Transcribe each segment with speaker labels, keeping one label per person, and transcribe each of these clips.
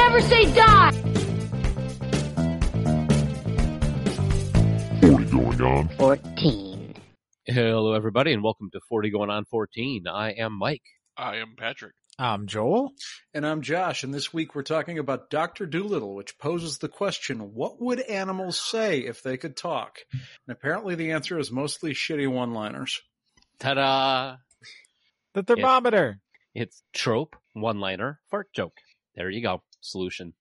Speaker 1: never say die.
Speaker 2: Forty going on.
Speaker 1: 14.
Speaker 3: Hello, everybody, and welcome to 40 Going On 14. I am Mike.
Speaker 4: I am Patrick.
Speaker 5: I'm Um, Joel.
Speaker 6: And I'm Josh, and this week we're talking about Dr. Doolittle, which poses the question, what would animals say if they could talk? And apparently the answer is mostly shitty one-liners.
Speaker 3: Ta da!
Speaker 5: The thermometer.
Speaker 3: It's trope, one liner, fart joke. There you go. Solution.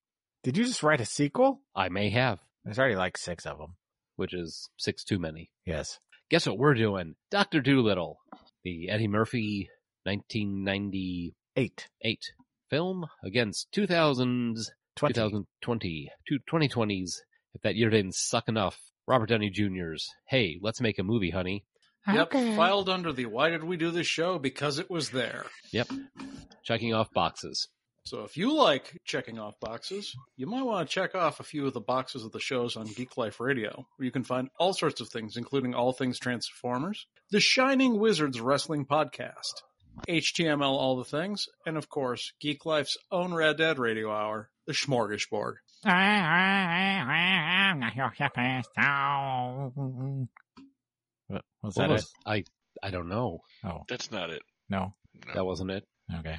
Speaker 5: Did you just write a sequel?
Speaker 3: I may have,
Speaker 5: There's already like six of them.
Speaker 3: which is six too many.
Speaker 5: Yes.
Speaker 3: Guess what we're doing? Dr. Doolittle, the Eddie Murphy 1998
Speaker 5: Eight.
Speaker 3: film against 2000s,
Speaker 5: Twenty.
Speaker 3: 2020, two- 2020s. If that year didn't suck enough, Robert Downey Jr.'s, hey, let's make a movie, honey.
Speaker 6: Yep, filed under the why did we do this show? Because it was there.
Speaker 3: Checking off boxes.
Speaker 6: So if you like checking off boxes, you might want to check off a few of the boxes of the shows on Geek Life Radio, where you can find all sorts of things, including all things Transformers, the Shining Wizards Wrestling Podcast, HTML All the Things, and of course, Geek Life's own Rad Dad Radio Hour, the Smorgasbord.
Speaker 5: What was
Speaker 3: What
Speaker 5: that?
Speaker 3: was-
Speaker 5: it?
Speaker 3: I, I don't know.
Speaker 5: Oh
Speaker 4: That's not it.
Speaker 5: no.
Speaker 3: That wasn't it.
Speaker 5: Okay.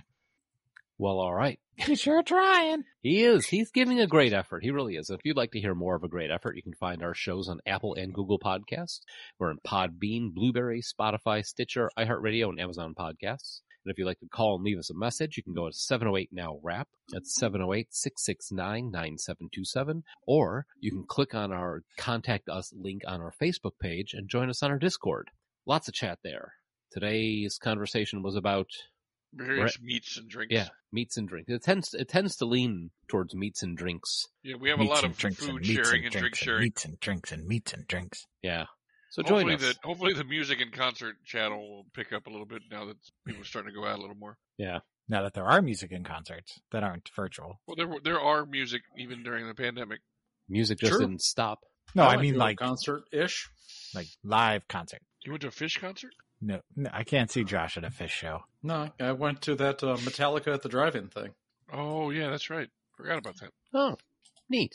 Speaker 3: Well, all right.
Speaker 5: You sure trying.
Speaker 3: He is. He's giving a great effort. He really is. If you'd like to hear more of a great effort, you can find our shows on Apple and Google Podcasts. We're in Podbean, Blueberry, Spotify, Stitcher, iHeartRadio, and Amazon Podcasts. And if you'd like to call and leave us a message, you can go to 708 Now Rap. That's 708 669 9727. Or you can click on our Contact Us link on our Facebook page and join us on our Discord. Lots of chat there. Today's conversation was about
Speaker 4: Various meats and drinks.
Speaker 3: yeah, meats and drinks. It tends it tends to lean towards meats and drinks.
Speaker 4: Yeah, we have a lot of food sharing and drink sharing.
Speaker 5: meats and drinks and meats and drinks.
Speaker 3: Yeah. So join
Speaker 4: Hopefully
Speaker 3: us.
Speaker 4: the, hopefully the music and concert channel will pick up a little bit now that people are starting to go out a little more.
Speaker 5: Now that there are music in concerts that aren't virtual.
Speaker 4: Well, there were- there are music even during the pandemic.
Speaker 3: Music just
Speaker 6: Sure.
Speaker 3: didn't stop.
Speaker 5: No, I
Speaker 6: went
Speaker 5: mean
Speaker 6: to a
Speaker 5: like
Speaker 6: concert-ish.
Speaker 5: like live concert.
Speaker 4: You went to a fish concert?
Speaker 5: No, no, I can't see Josh at a fish show.
Speaker 6: No, I went to that uh, Metallica at the drive-in thing.
Speaker 4: Oh yeah, that's right. Forgot about that.
Speaker 3: Oh, neat.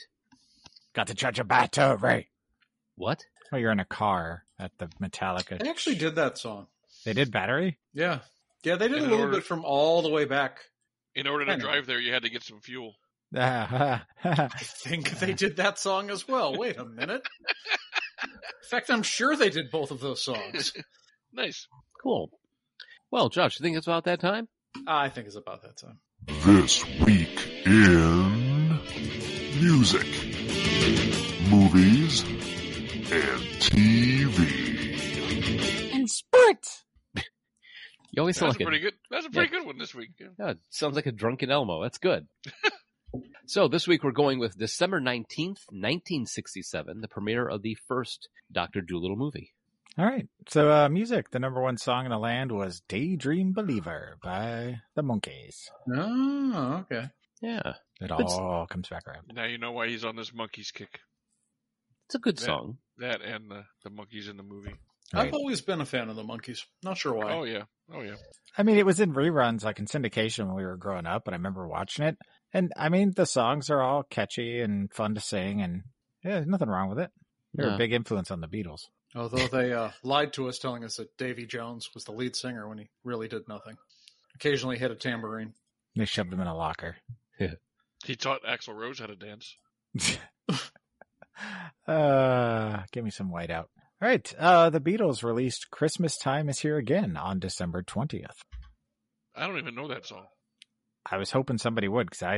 Speaker 5: Got to charge a battery.
Speaker 3: What?
Speaker 5: Well, you're in a car at the Metallica.
Speaker 6: They actually did that song.
Speaker 5: They did battery.
Speaker 6: Yeah. Yeah, they did
Speaker 4: In
Speaker 6: a little
Speaker 4: order-
Speaker 6: bit from all the way back.
Speaker 4: In order
Speaker 6: I
Speaker 4: to
Speaker 6: know.
Speaker 4: drive there, you had to get some fuel.
Speaker 6: I think they did that song as well. Wait a minute. In fact, I'm sure they did both of those songs.
Speaker 4: Nice.
Speaker 3: Cool. Well, Josh, you think it's about that time?
Speaker 6: I think it's about that time.
Speaker 2: This week in music, movies, and TV.
Speaker 5: and sports.
Speaker 3: You always
Speaker 4: That's a
Speaker 3: sound like a,
Speaker 4: pretty good. That's a pretty good one this week. Yeah.
Speaker 3: Yeah, it sounds like a drunken Elmo. That's good. so this week we're going with December 19th, 1967, the premiere of the first Dr. Doolittle movie.
Speaker 5: All right. So, uh, music. The number one song in the land was "Daydream Believer" by the Monkees.
Speaker 6: Oh, okay.
Speaker 3: Yeah.
Speaker 5: It
Speaker 3: It's-
Speaker 5: all comes back around.
Speaker 4: Now you know why he's on this monkey's kick.
Speaker 3: It's a good
Speaker 4: Yeah.
Speaker 3: song.
Speaker 4: That and the, the monkeys in the movie.
Speaker 5: Right.
Speaker 6: I've always been a fan of the monkeys. Not sure why.
Speaker 4: Oh yeah. Oh yeah.
Speaker 5: I mean, it was in reruns, like in syndication when we were growing up, but I remember watching it. And I mean, the songs are all catchy and fun to sing, and yeah, there's nothing wrong with it. They're
Speaker 3: No.
Speaker 5: a big influence on the Beatles.
Speaker 6: Although they uh, lied to us, telling us that Davy Jones was the lead singer when he really did nothing. Occasionally hit a tambourine.
Speaker 5: They shoved him in a locker.
Speaker 4: He taught Axl Rose how to dance.
Speaker 5: uh, give me some white out. All right. Uh, the Beatles released Christmas Time is Here Again on December 20th.
Speaker 4: I don't even know that song.
Speaker 5: I was hoping somebody would because I,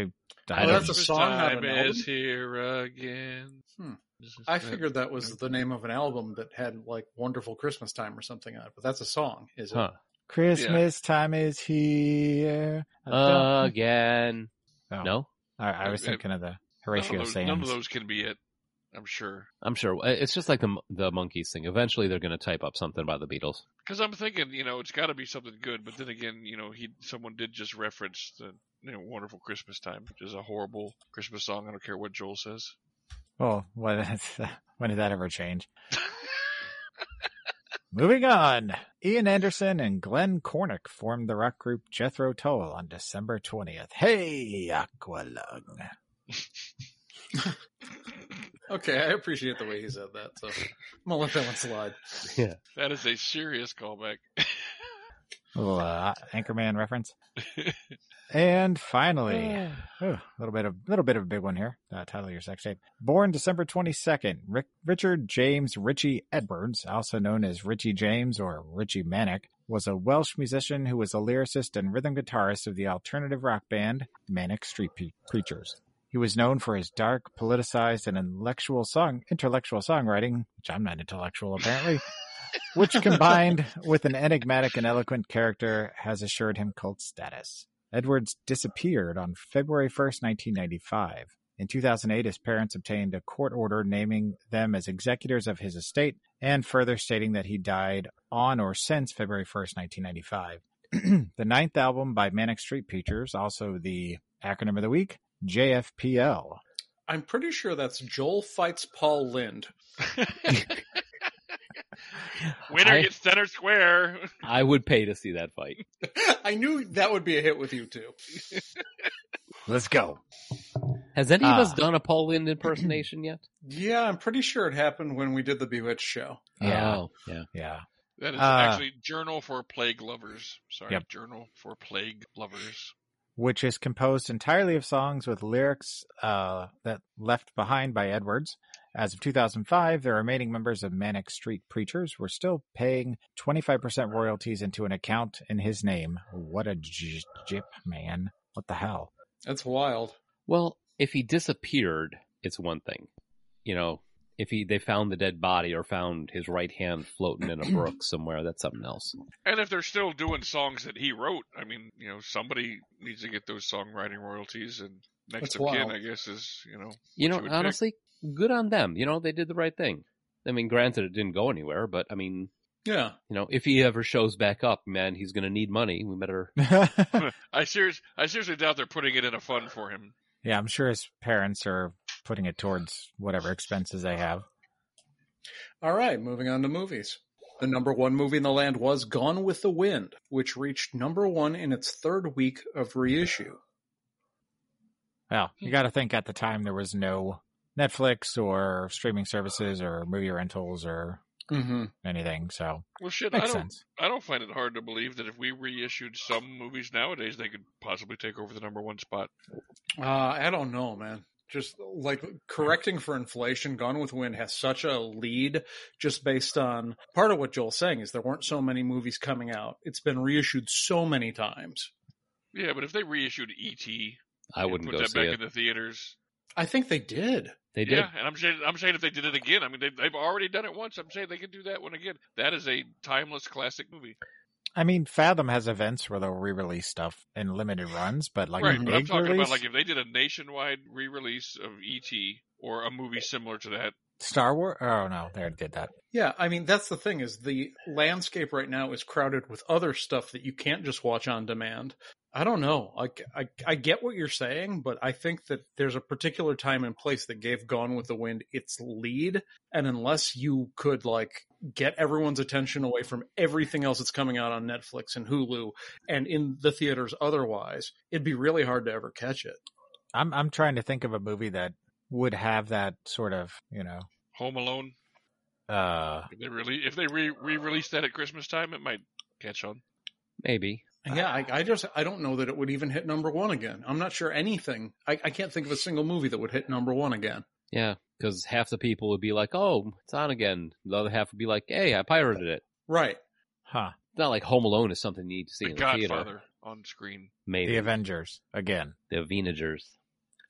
Speaker 5: I
Speaker 3: Oh,
Speaker 5: don't-
Speaker 6: that's a song, not
Speaker 4: Time
Speaker 6: an album?
Speaker 4: is here again.
Speaker 6: Hmm.
Speaker 4: This is
Speaker 6: I
Speaker 4: the-
Speaker 6: figured that was the name of an album that had like "Wonderful Christmas Time" or something on it, but that's a song, is it?
Speaker 3: Huh.
Speaker 5: Christmas time is here. I don't-
Speaker 3: Again.
Speaker 5: Oh.
Speaker 3: Uh, No?
Speaker 5: I, I was
Speaker 4: Uh,
Speaker 5: thinking of the
Speaker 4: none of
Speaker 5: Horatio
Speaker 4: those- None of
Speaker 5: Sands.
Speaker 4: those can be it. I'm sure.
Speaker 3: I'm sure. It's just like the, the monkeys thing. Eventually they're going to type up something about the Beatles.
Speaker 4: Because I'm thinking, you know, it's got to be something good. But then again, you know, he someone did just reference the you know, wonderful Christmas time, which is a horrible Christmas song. I don't care what Joel says.
Speaker 5: Well, what, when did that ever change? Moving on. Ian Anderson and Glenn Cornick formed the rock group Jethro Tull on December 20th. Hey, Aqualung.
Speaker 6: Okay, I appreciate the way he said that, so I'm gonna let that one slide.
Speaker 4: That is a serious callback.
Speaker 5: Little uh, Anchorman reference. and finally, oh, a little bit of little bit of a big one here. Uh, title of your sex tape. Born December twenty second, Rick, Richard James Ritchie Edwards, also known as Richie James or Richie Manic, was a Welsh musician who was a lyricist and rhythm guitarist of the alternative rock band Manic Street Pe- Preachers. He was known for his dark, politicized, and intellectual song intellectual songwriting, which I'm not intellectual apparently which combined with an enigmatic and eloquent character has assured him cult status. Edwards disappeared on February 1st, 1995. In 2008, his parents obtained a court order naming them as executors of his estate and further stating that he died on or since February 1st, 1995. the ninth album by Manic Street Preachers, also the acronym of the week, JFPL.
Speaker 6: I'm pretty sure that's Joel fights Paul Lind.
Speaker 4: Winner
Speaker 3: I,
Speaker 4: gets center square.
Speaker 3: I would pay to see that fight.
Speaker 6: I knew that would be a hit with you too.
Speaker 5: Let's go.
Speaker 3: Has any
Speaker 4: Uh,
Speaker 3: of us
Speaker 5: Ah.
Speaker 3: done a Paul Lind impersonation yet?
Speaker 6: Yeah, I'm pretty sure it happened when we did the Bewitched show.
Speaker 5: Yeah.
Speaker 3: Oh, yeah.
Speaker 5: Yeah.
Speaker 4: That is
Speaker 5: Uh,
Speaker 4: actually Journal for Plague Lovers. Sorry,
Speaker 5: Yep.
Speaker 4: Journal for Plague Lovers.
Speaker 5: which is composed entirely of songs with lyrics uh, that left behind by Edwards. As of 2005, the remaining members of Manic Street Preachers were still paying 25% royalties into an account in his name. What a j- jip, man. What the hell?
Speaker 6: That's wild.
Speaker 3: Well, if he disappeared, it's one thing. You know, if he they found the dead body or found his right hand floating in a brook somewhere, that's something else.
Speaker 4: And if they're still doing songs that he wrote, I mean, you know, somebody needs to get those songwriting royalties. And next
Speaker 6: That's
Speaker 4: of kin,
Speaker 6: wild.
Speaker 4: I guess, is you know, What
Speaker 3: You know,
Speaker 4: you would pick.
Speaker 3: honestly, good on them. You know, they did the right thing. I mean, granted, it didn't go anywhere, but I mean,
Speaker 6: Yeah.
Speaker 3: you know, if he ever shows back up, man, he's going to need money. We better.
Speaker 5: yeah,
Speaker 4: I serious, I seriously doubt they're putting it in a fund for him.
Speaker 5: I'm sure his parents are putting it towards whatever expenses they have.
Speaker 6: All right, moving on to movies. The number one movie in the land was Gone with the Wind, which reached number one in its third week of reissue.
Speaker 5: Well,
Speaker 4: Hmm.
Speaker 5: you got to think at the time there was no Netflix or streaming services or movie rentals or
Speaker 6: Mm-hmm.
Speaker 5: anything. So
Speaker 4: Well, shit, I
Speaker 5: makes
Speaker 4: don't,
Speaker 5: sense.
Speaker 4: I don't find it hard to believe that if we reissued some movies nowadays, they could possibly take over the number one spot.
Speaker 6: Uh, I don't know, man. Just like correcting for inflation, Gone with the Wind has such a lead just based on part of what Joel's saying is there weren't so many movies coming out. It's been reissued so many times.
Speaker 4: Yeah, but if they reissued E.T.,
Speaker 3: I
Speaker 4: and
Speaker 3: wouldn't
Speaker 4: put
Speaker 3: go
Speaker 4: that
Speaker 3: see
Speaker 4: back
Speaker 3: it.
Speaker 4: in the theaters.
Speaker 6: I think they did.
Speaker 3: They did.
Speaker 4: Yeah, and I'm saying I'm saying if they did it again, I mean they, they've already done it once. I'm saying they could do that one again. That is a timeless classic movie.
Speaker 5: I mean, Fathom has events where they'll re-release stuff in limited runs, but like
Speaker 4: right,
Speaker 5: a
Speaker 4: but I'm
Speaker 5: big
Speaker 4: talking
Speaker 5: release,
Speaker 4: about like if they did a nationwide re-release of E.T. or a movie similar to that.
Speaker 5: Star Wars. Oh no, they already did that.
Speaker 6: Yeah, I mean that's the thing is the landscape right now is crowded with other stuff that you can't just watch on demand. I don't know. I, I, I get what you're saying, but I think that there's a particular time and place that gave Gone with the Wind its lead, and unless you could like get everyone's attention away from everything else that's coming out on Netflix and Hulu and in the theaters otherwise, it'd be really hard to ever catch it.
Speaker 5: I'm I'm trying to think of a movie that would have that sort of you know.
Speaker 4: Home Alone.
Speaker 5: Uh,
Speaker 4: If they really if they re- re-release that at Christmas time, it might catch on.
Speaker 3: Maybe.
Speaker 6: Yeah, I, I just I don't know that it would even hit number one again. I'm not sure anything. I, I can't think of a single movie that would hit number one again.
Speaker 3: Yeah. Because half the people would be like, oh, it's on again. The other half would be like, hey, I pirated it.
Speaker 6: Right.
Speaker 5: huh?
Speaker 3: It's not like Home Alone is something you need to see
Speaker 4: The
Speaker 3: in the theater.
Speaker 4: Godfather on screen.
Speaker 3: Maybe.
Speaker 5: The Avengers again.
Speaker 3: The Avenagers.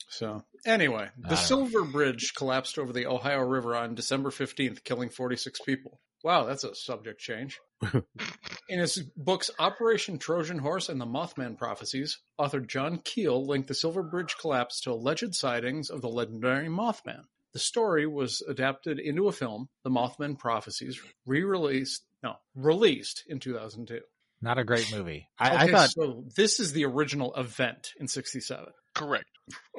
Speaker 6: So anyway,
Speaker 5: I
Speaker 6: the
Speaker 5: don't
Speaker 6: Silver Bridge collapsed over the Ohio River on December 15th, killing 46 people. Wow, that's a subject change. In his books Operation Trojan Horse and the Mothman Prophecies, author John Keel linked the Silver Bridge collapse to alleged sightings of the legendary Mothman. The story was adapted into a film, The Mothman Prophecies, re-released, no, released in 2002.
Speaker 5: Not a great movie. I, I
Speaker 6: Okay,
Speaker 5: thought
Speaker 6: so this is the original event in 67.
Speaker 4: Correct.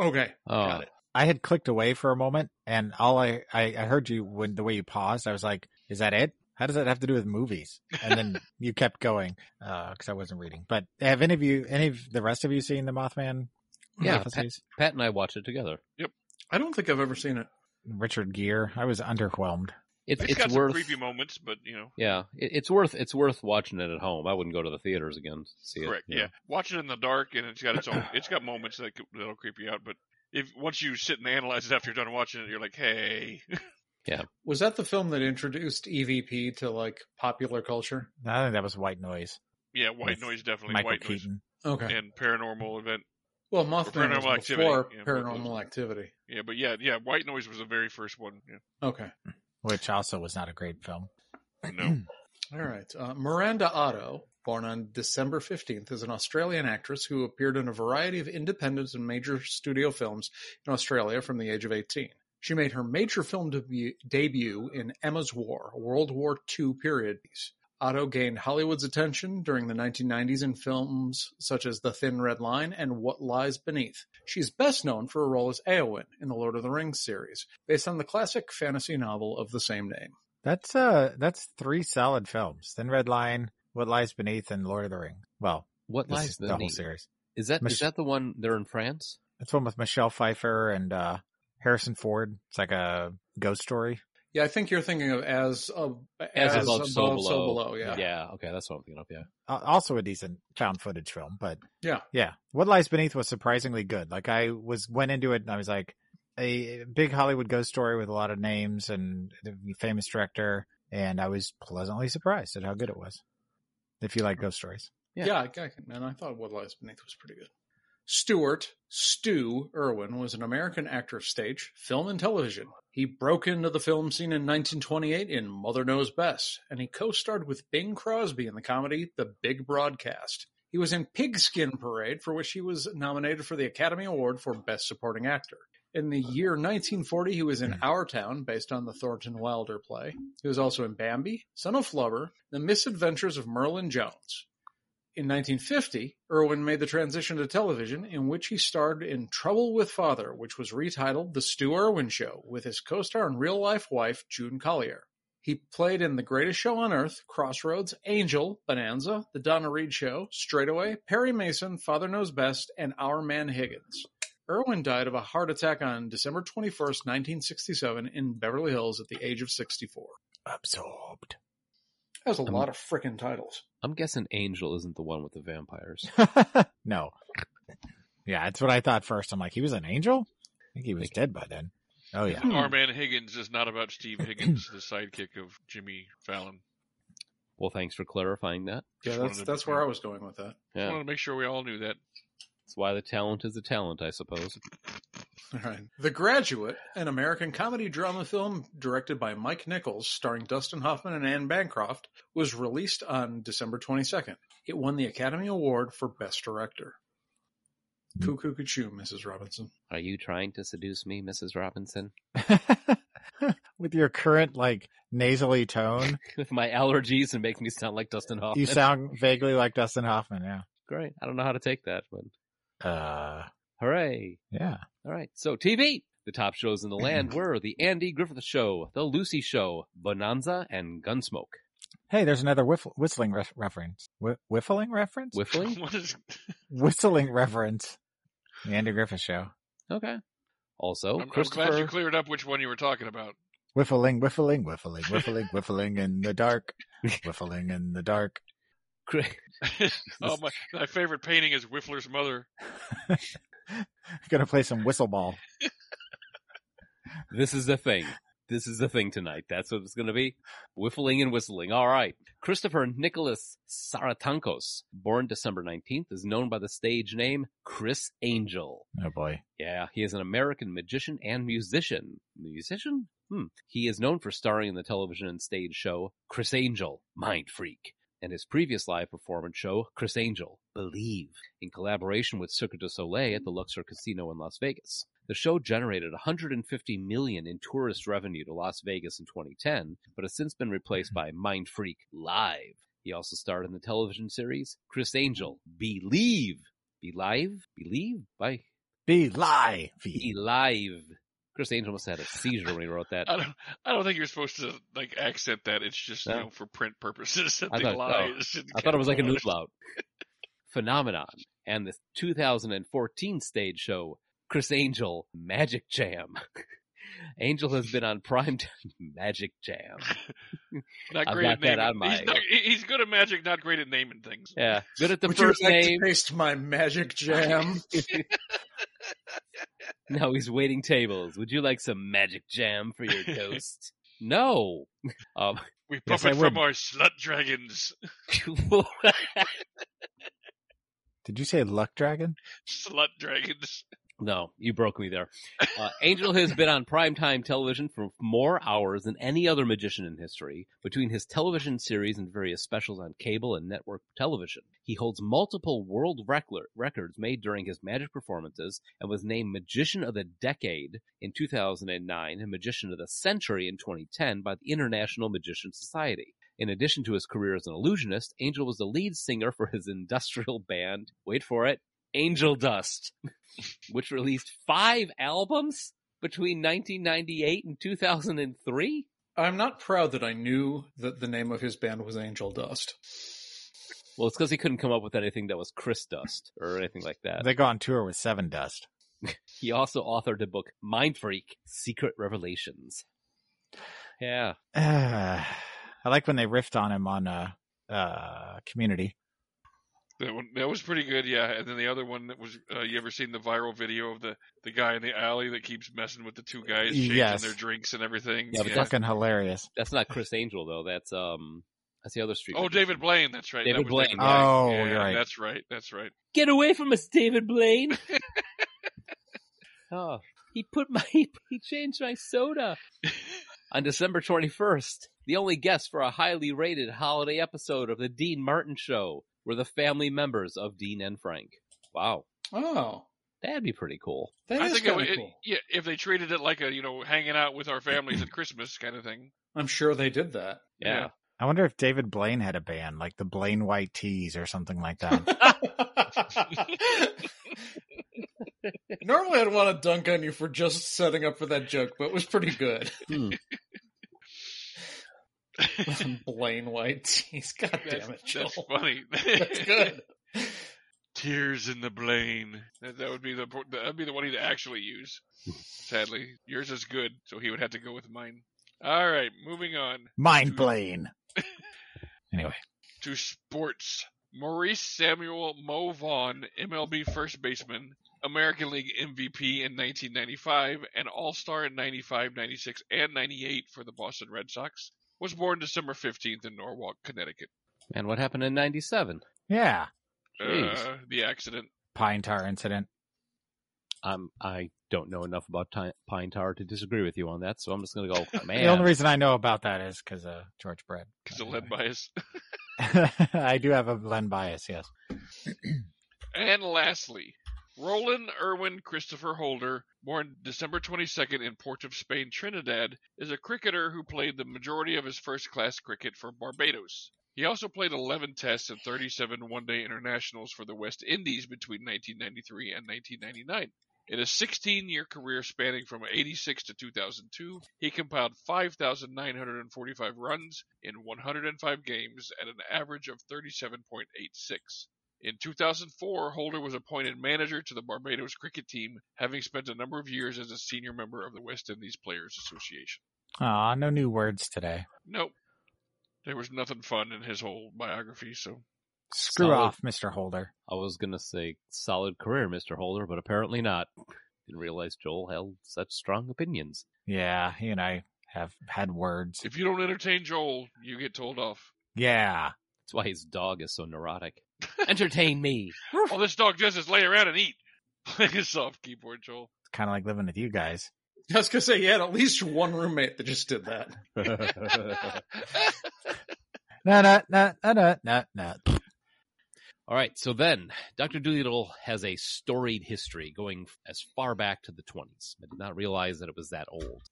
Speaker 6: Okay.
Speaker 3: Oh,
Speaker 6: Got it.
Speaker 5: I had clicked away for a moment, and all I, I I heard you when the way you paused, I was like, "Is that it? How does that have to do with movies?" And then you uh, kept going because I wasn't reading. But have any of you, any of the rest of you, seen the Mothman
Speaker 3: Yeah, Pat,
Speaker 5: prophecies.
Speaker 3: Pat and I watch it together.
Speaker 6: I don't think I've ever seen it.
Speaker 5: Richard Gere. I was underwhelmed.
Speaker 3: It's
Speaker 4: it's
Speaker 3: it's,
Speaker 4: got
Speaker 3: worth
Speaker 4: some creepy moments, but you know,
Speaker 3: yeah, it, it's worth it's worth watching it at home. I wouldn't go to the theaters again to see it.
Speaker 4: correct.
Speaker 3: you
Speaker 4: Yeah.
Speaker 3: know.
Speaker 4: watch it in the dark, and it's got its own. It's got moments that could- that'll creep you out, but. If once you sit and analyze it after you're done watching it, you're like, "Hey,
Speaker 6: Was that the film that introduced EVP to like popular culture?
Speaker 5: I think that was White Noise.
Speaker 4: yeah, white
Speaker 5: With
Speaker 4: noise definitely,
Speaker 5: Michael
Speaker 4: white noise,
Speaker 5: Keaton.
Speaker 6: Okay.
Speaker 4: and paranormal event."
Speaker 6: Well, Mothman
Speaker 4: Paranormal
Speaker 6: was
Speaker 4: Activity.
Speaker 6: before
Speaker 4: Yeah,
Speaker 6: Paranormal Activity.
Speaker 4: Yeah, but yeah, yeah, white noise was the very first one. Yeah.
Speaker 6: Okay.
Speaker 5: Which also was not a great film.
Speaker 4: No,
Speaker 6: All right. Uh, Miranda Otto, born on December 15th, is an Australian actress who appeared in a variety of independent and major studio films in Australia from the age of 18. She made her major film debu- debut in Emma's War, a World War II period piece. Otto gained Hollywood's attention during the 1990s in films such as The Thin Red Line and What Lies Beneath. She's best known for her role as Eowyn in the Lord of the Rings series, based on the classic fantasy novel of the same name.
Speaker 5: That's uh that's three solid films. Then Red Line, What Lies Beneath, and Lord of the Ring. Well,
Speaker 3: What
Speaker 5: this
Speaker 3: lies
Speaker 5: is the whole
Speaker 3: beneath?
Speaker 5: series.
Speaker 3: Is that is
Speaker 5: Mich-
Speaker 3: that the one they're in France?
Speaker 5: That's one with Michelle Pfeiffer and uh Harrison Ford. It's like a ghost story.
Speaker 6: Yeah, I think you're thinking of as uh,
Speaker 3: As,
Speaker 6: as, above, so, below. Yeah.
Speaker 3: okay, that's what I'm thinking of. Yeah,
Speaker 5: Uh, also a decent found footage film, but
Speaker 6: Yeah.
Speaker 5: yeah. What Lies Beneath was surprisingly good. Like I was went into it and I was like a big Hollywood ghost story with a lot of names and the famous director, and I was pleasantly surprised at how good it was. If you like ghost stories,
Speaker 3: Yeah.
Speaker 6: yeah, I, I can, and I thought What Lies Beneath was pretty good. Stuart Stu Irwin was an American actor of stage, film, and television. He broke into the film scene in 1928 in Mother Knows Best, and he co-starred with Bing Crosby in the comedy The Big Broadcast. He was in Pigskin Parade, for which he was nominated for the Academy Award for Best Supporting Actor. In the year 1940, he was in Our Town, based on the Thornton Wilder play. He was also in Bambi, Son of Flubber, The Misadventures of Merlin Jones. In 1950, Irwin made the transition to television, in which he starred in Trouble with Father, which was retitled The Stu Irwin Show, with his co star and real life wife, June Collier. He played in The Greatest Show on Earth, Crossroads, Angel, Bonanza, The Donna Reed Show, Straightaway, Perry Mason, Father Knows Best, and Our Man Higgins. Irwin died of a heart attack on December 21st, 1967, in Beverly Hills at the age of 64.
Speaker 5: absorbed.
Speaker 6: That was a
Speaker 3: Um,
Speaker 6: lot of frickin' titles.
Speaker 3: I'm guessing Angel isn't the one with the vampires.
Speaker 5: no. Yeah, that's what I thought first. I'm like, he was an angel? I think he was dead by then. Oh yeah.
Speaker 6: Hmm.
Speaker 4: Our man Higgins is not about Steve Higgins, the sidekick of Jimmy Fallon.
Speaker 3: Well, thanks for clarifying that.
Speaker 4: Just
Speaker 6: Yeah, that's,
Speaker 4: wanted to-
Speaker 6: that's where I was going with that.
Speaker 4: Just
Speaker 3: Yeah,
Speaker 4: wanted to make sure we all knew that.
Speaker 3: that's why the talent is the talent, I suppose.
Speaker 6: All right. The Graduate, an American comedy drama film directed by Mike Nichols, starring Dustin Hoffman and Anne Bancroft, was released on December 22nd. It won the Academy Award for Best Director. Cuckoo cuckoo, Mrs. Robinson.
Speaker 3: Are you trying to seduce me, Mrs. Robinson,
Speaker 5: With your current like nasally tone,
Speaker 3: with my allergies and make me sound like Dustin Hoffman?
Speaker 5: you sound vaguely like Dustin Hoffman, yeah.
Speaker 3: great. I don't know how to take that, but
Speaker 5: Uh
Speaker 3: hooray!
Speaker 5: yeah.
Speaker 3: All right, so TV. The top shows in the land were The Andy Griffith Show, The Lucy Show, Bonanza, and Gunsmoke.
Speaker 5: Hey, there's another whiff- whistling ref- reference. Whi whiffling reference?
Speaker 3: Whiffling?
Speaker 4: What is?
Speaker 5: whistling reference. The Andy Griffith Show.
Speaker 3: Okay. Also,
Speaker 4: I'm, I'm glad you
Speaker 3: Oh, Christopher.
Speaker 4: cleared up which one you were talking about.
Speaker 5: Whiffling, whiffling, whiffling, whiffling, whiffling in the dark. Whiffling in the dark.
Speaker 4: oh my! My favorite painting is Whiffler's mother.
Speaker 5: Gonna play some whistle ball.
Speaker 3: This is the thing. This is the thing tonight. That's what it's going to be. Whiffling and whistling. All right. Christopher Nicholas Saratankos, born December 19th, is known by the stage name Chris Angel.
Speaker 5: Oh boy.
Speaker 3: Yeah, he is an American magician and musician. Musician? Hmm. He is known for starring in the television and stage show Chris Angel, Mind Freak, and his previous live performance show, Chris Angel, Believe, in collaboration with Cirque du Soleil at the Luxor Casino in Las Vegas. The show generated 150 million in tourist revenue to Las Vegas in 2010, but has since been replaced by Mind Freak Live. He also starred in the television series Chris Angel, Believe, Believe, Believe by
Speaker 5: Be live.
Speaker 3: be live. Chris Angel must have had a seizure when he wrote that.
Speaker 6: Oh,
Speaker 4: I don't. I don't think you're supposed to like accent that. It's just
Speaker 3: No.
Speaker 4: you know for print purposes.
Speaker 3: I
Speaker 4: Something
Speaker 3: thought-
Speaker 4: lies.
Speaker 3: I thought it was like a news loud. Phenomenon and the 2014 stage show Chris Angel Magic Jam. Angel has been on Prime Magic Jam.
Speaker 4: Not
Speaker 3: I've
Speaker 4: great at
Speaker 3: got that
Speaker 4: naming.
Speaker 3: on
Speaker 4: he's,
Speaker 3: my-
Speaker 4: not, he- he's good at magic, not great at naming things.
Speaker 3: Yeah, good at the
Speaker 6: Would you
Speaker 3: first
Speaker 6: like
Speaker 3: name.
Speaker 6: to taste my magic jam?
Speaker 3: now he's waiting tables. Would you like some Magic Jam for your toast? no. Um,
Speaker 4: We
Speaker 5: Yes,
Speaker 4: profit
Speaker 5: I
Speaker 4: from
Speaker 5: would.
Speaker 4: our slut dragons.
Speaker 5: Did you say luck dragon?
Speaker 4: Slut dragons.
Speaker 3: No, you broke me there. Uh, Angel has been on primetime television for more hours than any other magician in history. Between his television series and various specials on cable and network television, he holds multiple world recler- records made during his magic performances and was named Magician of the Decade in 2009 and Magician of the Century in 2010 by the International Magician Society. In addition to his career as an illusionist, Angel was the lead singer for his industrial band, wait for it, Angel Dust which released five albums between 1998 and 2003.
Speaker 6: I'm not proud that I knew that the name of his band was Angel Dust.
Speaker 3: Well, it's because he couldn't come up with anything that was Chris Dust or anything like that.
Speaker 5: They go on tour with Seven Dust.
Speaker 3: He also authored a book, Mind Freak Secret Revelations. Yeah.
Speaker 5: I like when they riffed on him on uh, uh, Community.
Speaker 4: That one, that was pretty good, yeah. And then the other one that was, uh, you ever seen the viral video of the the guy in the alley that keeps messing with the two guys, changing
Speaker 5: Yes.
Speaker 4: their drinks and everything?
Speaker 3: Yeah, but that's-
Speaker 5: Fucking hilarious.
Speaker 3: That's not Chris Angel, though. That's, um, that's the other street.
Speaker 4: Oh,
Speaker 3: magician.
Speaker 4: David Blaine. That's right. that
Speaker 3: David
Speaker 4: was
Speaker 3: Blaine,
Speaker 4: David
Speaker 3: yeah.
Speaker 5: Oh,
Speaker 4: yeah,
Speaker 5: you're right.
Speaker 4: That's right. That's right.
Speaker 3: Get away from us, David Blaine. oh, he put my he changed my soda. On December 21st, the only guests for a highly rated holiday episode of the Dean Martin Show were the family members of Dean and Frank. Wow,
Speaker 6: Oh,
Speaker 3: that'd be pretty cool.
Speaker 6: that
Speaker 4: I
Speaker 6: is
Speaker 4: think it,
Speaker 6: kind
Speaker 4: would-
Speaker 6: of
Speaker 4: it,
Speaker 6: cool.
Speaker 4: yeah, if they treated it like a you know hanging out with our families at Christmas kind of thing.
Speaker 6: I'm sure they did that.
Speaker 3: Yeah.
Speaker 5: I wonder if David Blaine had a band, like the Blaine White Tees or something like that.
Speaker 6: Normally, I'd want to dunk on you for just setting up for that joke, but it was pretty good.
Speaker 3: Hmm.
Speaker 6: Blaine White, jeez, god
Speaker 4: That's,
Speaker 6: damn it, Joel.
Speaker 4: that's funny.
Speaker 6: That's good.
Speaker 4: Tears in the Blaine. That, that would be the that would be the one he'd actually use. Sadly, yours is good, so he would have to go with mine. All right, moving on.
Speaker 5: Mind Blaine. Anyway,
Speaker 4: to sports. Maurice Samuel Mo Vaughn, MLB first baseman, American League MVP in 1995, and All Star in 95, 96, and 98 for the Boston Red Sox, was born December 15th in Norwalk, Connecticut.
Speaker 3: And what happened in '97?
Speaker 5: yeah,
Speaker 3: Jeez.
Speaker 4: Uh, the accident.
Speaker 5: pine tar incident.
Speaker 3: Um, I don't know enough about ti Pine Tower to disagree with you on that, so I'm just going to go. Man,
Speaker 5: The only reason I know about that is because of George Brett.
Speaker 4: Because of lead bias.
Speaker 5: I do have a Len bias, yes.
Speaker 4: And lastly, Roland Irwin Christopher Holder, born December 22nd in Port of Spain, Trinidad, is a cricketer who played the majority of his first class cricket for Barbados. He also played 11 tests and 37 one day internationals for the West Indies between 1993 and 1999. In a 16 year career spanning from 86 to 2002, he compiled 5,945 runs in 105 games at an average of 37.86. In 2004, Holder was appointed manager to the Barbados cricket team, having spent a number of years as a senior member of the West Indies Players Association.
Speaker 5: Aw, no new words today.
Speaker 4: Nope. There was nothing fun in his whole biography, so
Speaker 5: Screw
Speaker 3: Solid.
Speaker 5: off, Mr. Holder.
Speaker 3: I was going to say solid career, Mister Holder, but apparently not. Didn't realize Joel held such strong opinions.
Speaker 5: Yeah, he and I have had words.
Speaker 4: if you don't entertain Joel, you get told off.
Speaker 5: Yeah.
Speaker 3: That's why his dog is so neurotic. Entertain me.
Speaker 4: Oh, this dog just is lay around and eat. Play a soft keyboard, Joel.
Speaker 5: It's kind of like living with you guys.
Speaker 6: I was gonna say, you had at least one roommate that just did that.
Speaker 5: No, no, no, no, no, no, no.
Speaker 3: All right, so then Dr. Doolittle has a storied history going as far back to the 20s. I did not realize that it was that old.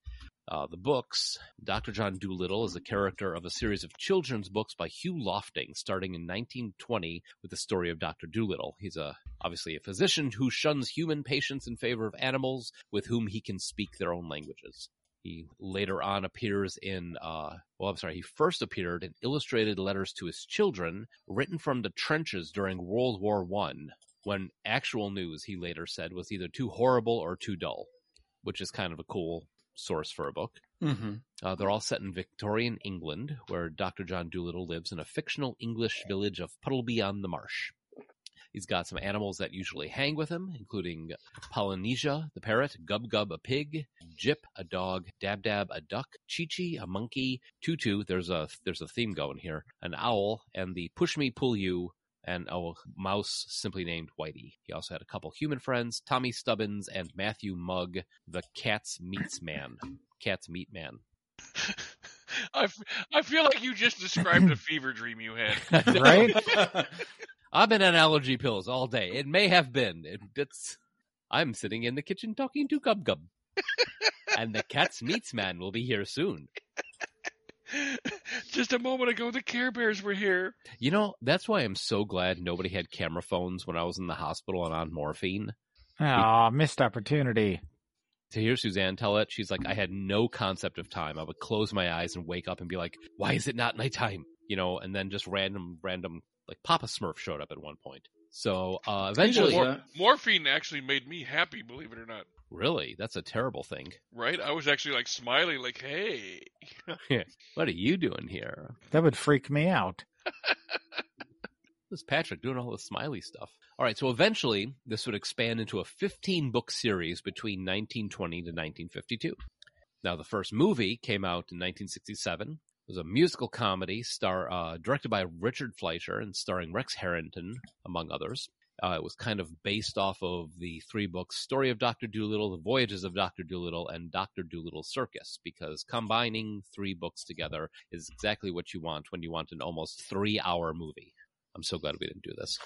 Speaker 3: Uh, the books, Dr. John Doolittle is a character of a series of children's books by Hugh Lofting, starting in 1920 with the story of Dr. Doolittle. He's a obviously a physician who shuns human patients in favor of animals with whom he can speak their own languages. He later on appears in, uh, well, I'm sorry, he first appeared in illustrated letters to his children written from the trenches during World War One, when actual news, he later said, was either too horrible or too dull, which is kind of a cool source for a book.
Speaker 6: Mm-hmm.
Speaker 3: Uh, they're all set in Victorian England, where Dr. John Doolittle lives in a fictional English village of Puddleby on the Marsh. He's got some animals that usually hang with him, including Polynesia, the parrot, Gub Gub, a pig, Jip, a dog, Dab Dab, a duck, Chi Chi, a monkey, Tutu, there's a, there's a theme going here, an owl, and the Push Me, Pull You, and a mouse simply named Whitey. He also had a couple human friends, Tommy Stubbins and Matthew Mugg, the Cat's Meats Man. Cat's Meat Man.
Speaker 4: I, f- I feel like you just described a fever dream you had.
Speaker 5: Right?
Speaker 3: I've been on allergy pills all day. It may have been. It, it's. I'm sitting in the kitchen talking to Gub Gub, and the cat's meats man will be here soon.
Speaker 4: just a moment ago, the Care Bears were here.
Speaker 3: You know that's why I'm so glad nobody had camera phones when I was in the hospital and on morphine.
Speaker 5: Aw, missed opportunity.
Speaker 3: To hear Suzanne tell it, she's like, I had no concept of time. I would close my eyes and wake up and be like, Why is it not nighttime? You know, and then just random, random, like Papa Smurf showed up at one point. So uh, eventually,
Speaker 6: Well,
Speaker 4: Mor- morphine actually made me happy, believe it or not.
Speaker 3: really, that's a terrible thing.
Speaker 4: Right? I was actually like smiling, like, hey.
Speaker 3: What are you doing here?
Speaker 5: That would freak me out.
Speaker 3: This Patrick doing all the smiley stuff. All right, so eventually this would expand into a 15 book series between 1920 to 1952. Now, the first movie came out in 1967. It was a musical comedy star uh, directed by Richard Fleischer and starring Rex Harrington, among others. Uh, it was kind of based off of the three books Story of Dr. Dolittle, The Voyages of Dr. Dolittle, and Dr. Dolittle's Circus, because combining three books together is exactly what you want when you want an almost three hour movie. I'm so glad we didn't do this.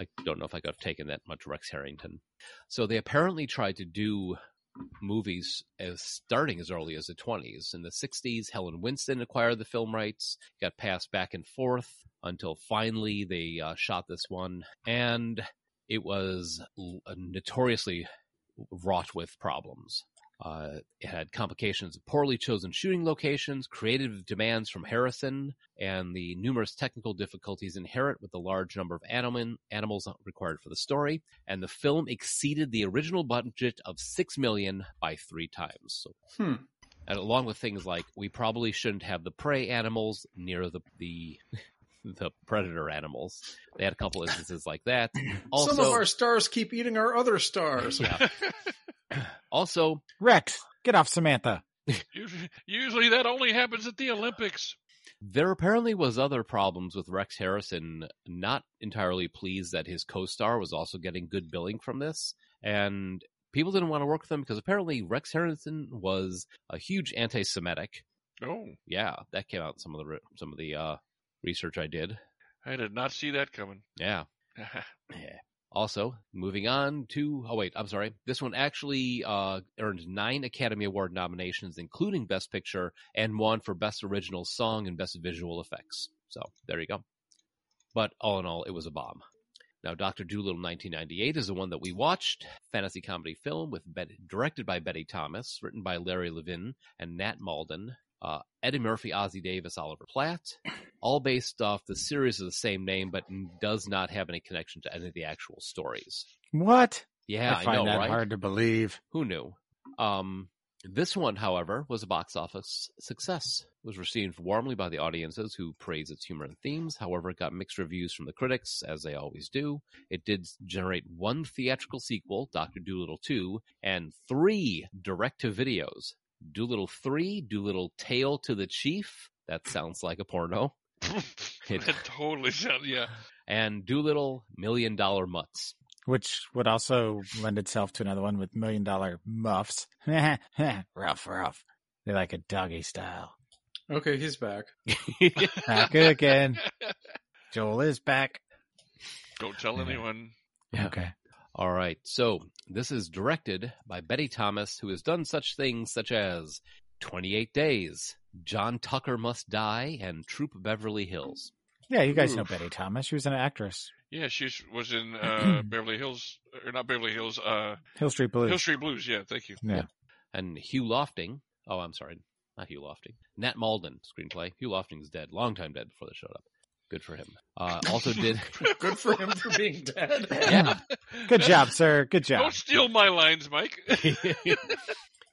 Speaker 3: I don't know if I could have taken that much Rex Harrington. So they apparently tried to do movies as starting as early as the 20s. In the 60s, Helen Winston acquired the film rights, got passed back and forth until finally they uh, shot this one. And it was l- notoriously wrought with problems. Uh, it had complications of poorly chosen shooting locations, creative demands from Harrison, and the numerous technical difficulties inherent with the large number of animal, animals required for the story. And the film exceeded the original budget of six million by three times. So,
Speaker 6: Hmm.
Speaker 3: and along with things like we probably shouldn't have the prey animals near the the the predator animals. They had a couple instances like that. Also,
Speaker 6: Some of our stars keep eating our other stars.
Speaker 3: yeah. also
Speaker 5: Rex, get off Samantha.
Speaker 4: Usually, usually that only happens at the Olympics.
Speaker 3: There apparently was other problems with Rex Harrison not entirely pleased that his co-star was also getting good billing from this and people didn't want to work with him because apparently Rex Harrison was a huge anti-Semitic.
Speaker 4: Oh,
Speaker 3: Yeah, that came out in some of the re- some of the uh, research I did.
Speaker 4: I did not see that coming.
Speaker 3: Yeah. Also, moving on to oh wait, I'm sorry. This one actually uh, earned nine Academy Award nominations, including Best Picture and one for Best Original Song and Best Visual Effects. So there you go. But all in all, it was a bomb. Now, Doctor Doolittle 1998 is the one that we watched, fantasy comedy film with Betty, directed by Betty Thomas, written by Larry Levin and Nat Malden, uh, Eddie Murphy, Ozzie Davis, Oliver Platt, all based off the series of the same name, but does not have any connection to any of the actual stories.
Speaker 5: What?
Speaker 3: Yeah, I,
Speaker 5: I find
Speaker 3: know,
Speaker 5: that
Speaker 3: right?
Speaker 5: hard to believe.
Speaker 3: Who knew? Um, this one, however, was a box office success. It was received warmly by the audiences who praised its humor and themes. However, it got mixed reviews from the critics, as they always do. It did generate one theatrical sequel, Doctor Doolittle 2, and three direct to videos Doolittle 3, Doolittle Tale to the Chief. That sounds like a porno.
Speaker 4: that totally sounds, yeah.
Speaker 3: And Doolittle Million Dollar Mutts.
Speaker 5: Which would also lend itself to another one with million dollar muffs. rough, rough. They like a doggy style.
Speaker 6: Okay, he's back.
Speaker 5: Back again. Joel is back.
Speaker 4: Don't tell anyone.
Speaker 3: Yeah.
Speaker 5: Okay.
Speaker 3: All right. So this is directed by Betty Thomas, who has done such things such as 28 Days, John Tucker Must Die, and Troop Beverly Hills.
Speaker 5: Yeah, you guys know
Speaker 4: Oof.
Speaker 5: Betty Thomas. She was an actress.
Speaker 4: Yeah, she was in uh, Beverly Hills, or not Beverly Hills, uh,
Speaker 5: Hill Street Blues.
Speaker 4: Hill Street Blues. Yeah, thank you.
Speaker 5: Yeah.
Speaker 3: And Hugh Lofting Oh, I'm sorry. Not Hugh Lofting. Nat Malden screenplay. Hugh Lofting's dead. Long time dead before they showed up. Good for him. Uh, also did.
Speaker 6: Good for him for being dead.
Speaker 3: Yeah.
Speaker 5: Good job, sir. Good job.
Speaker 4: Don't steal my lines, Mike.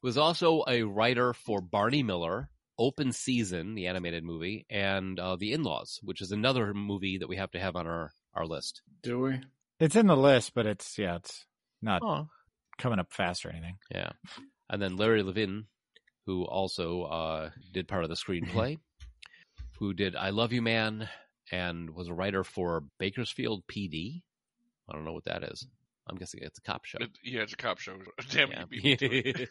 Speaker 3: was also a writer for Barney Miller, Open Season, the animated movie, and uh, The In Laws, which is another movie that we have to have on our, our list.
Speaker 6: Do we?
Speaker 5: It's in the list, but it's yeah, it's not
Speaker 3: Oh.
Speaker 5: coming up fast or anything.
Speaker 3: Yeah. And then Larry Levin, who also uh, did part of the screenplay, who did I Love You Man and was a writer for Bakersfield PD. I don't know what that is. I'm guessing it's a cop show.
Speaker 4: It- yeah, it's a cop show. Damn
Speaker 3: Yeah.
Speaker 4: you, people do it.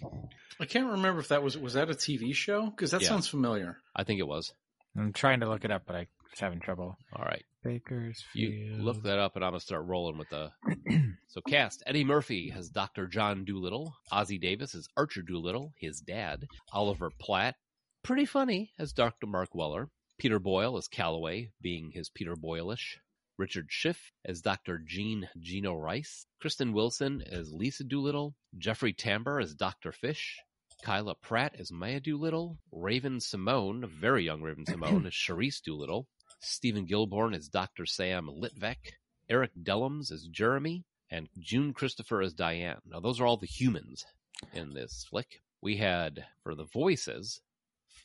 Speaker 6: I can't remember if that was was that a TV show because that
Speaker 3: Yeah.
Speaker 6: sounds familiar.
Speaker 3: I think it was.
Speaker 5: I'm trying to look it up, but I'm having trouble.
Speaker 3: All right.
Speaker 5: Bakersfield.
Speaker 3: You look that up, and I'm gonna start rolling with the. so cast: Eddie Murphy as Doctor John Doolittle, Ozzie Davis as Archer Doolittle, his dad, Oliver Platt, pretty funny as Doctor Mark Weller, Peter Boyle as Calloway, being his Peter Boyleish, Richard Schiff as Doctor Jean Gino Rice, Kristen Wilson as Lisa Doolittle, Jeffrey Tambor as Doctor Fish. Kyla Pratt as Maya Doolittle, Raven Simone, very young Raven Simone, as Charisse Doolittle, Stephen Gilborn as Dr. Sam Litvek, Eric Dellums as Jeremy, and June Christopher as Diane. Now, those are all the humans in this flick. We had for the voices,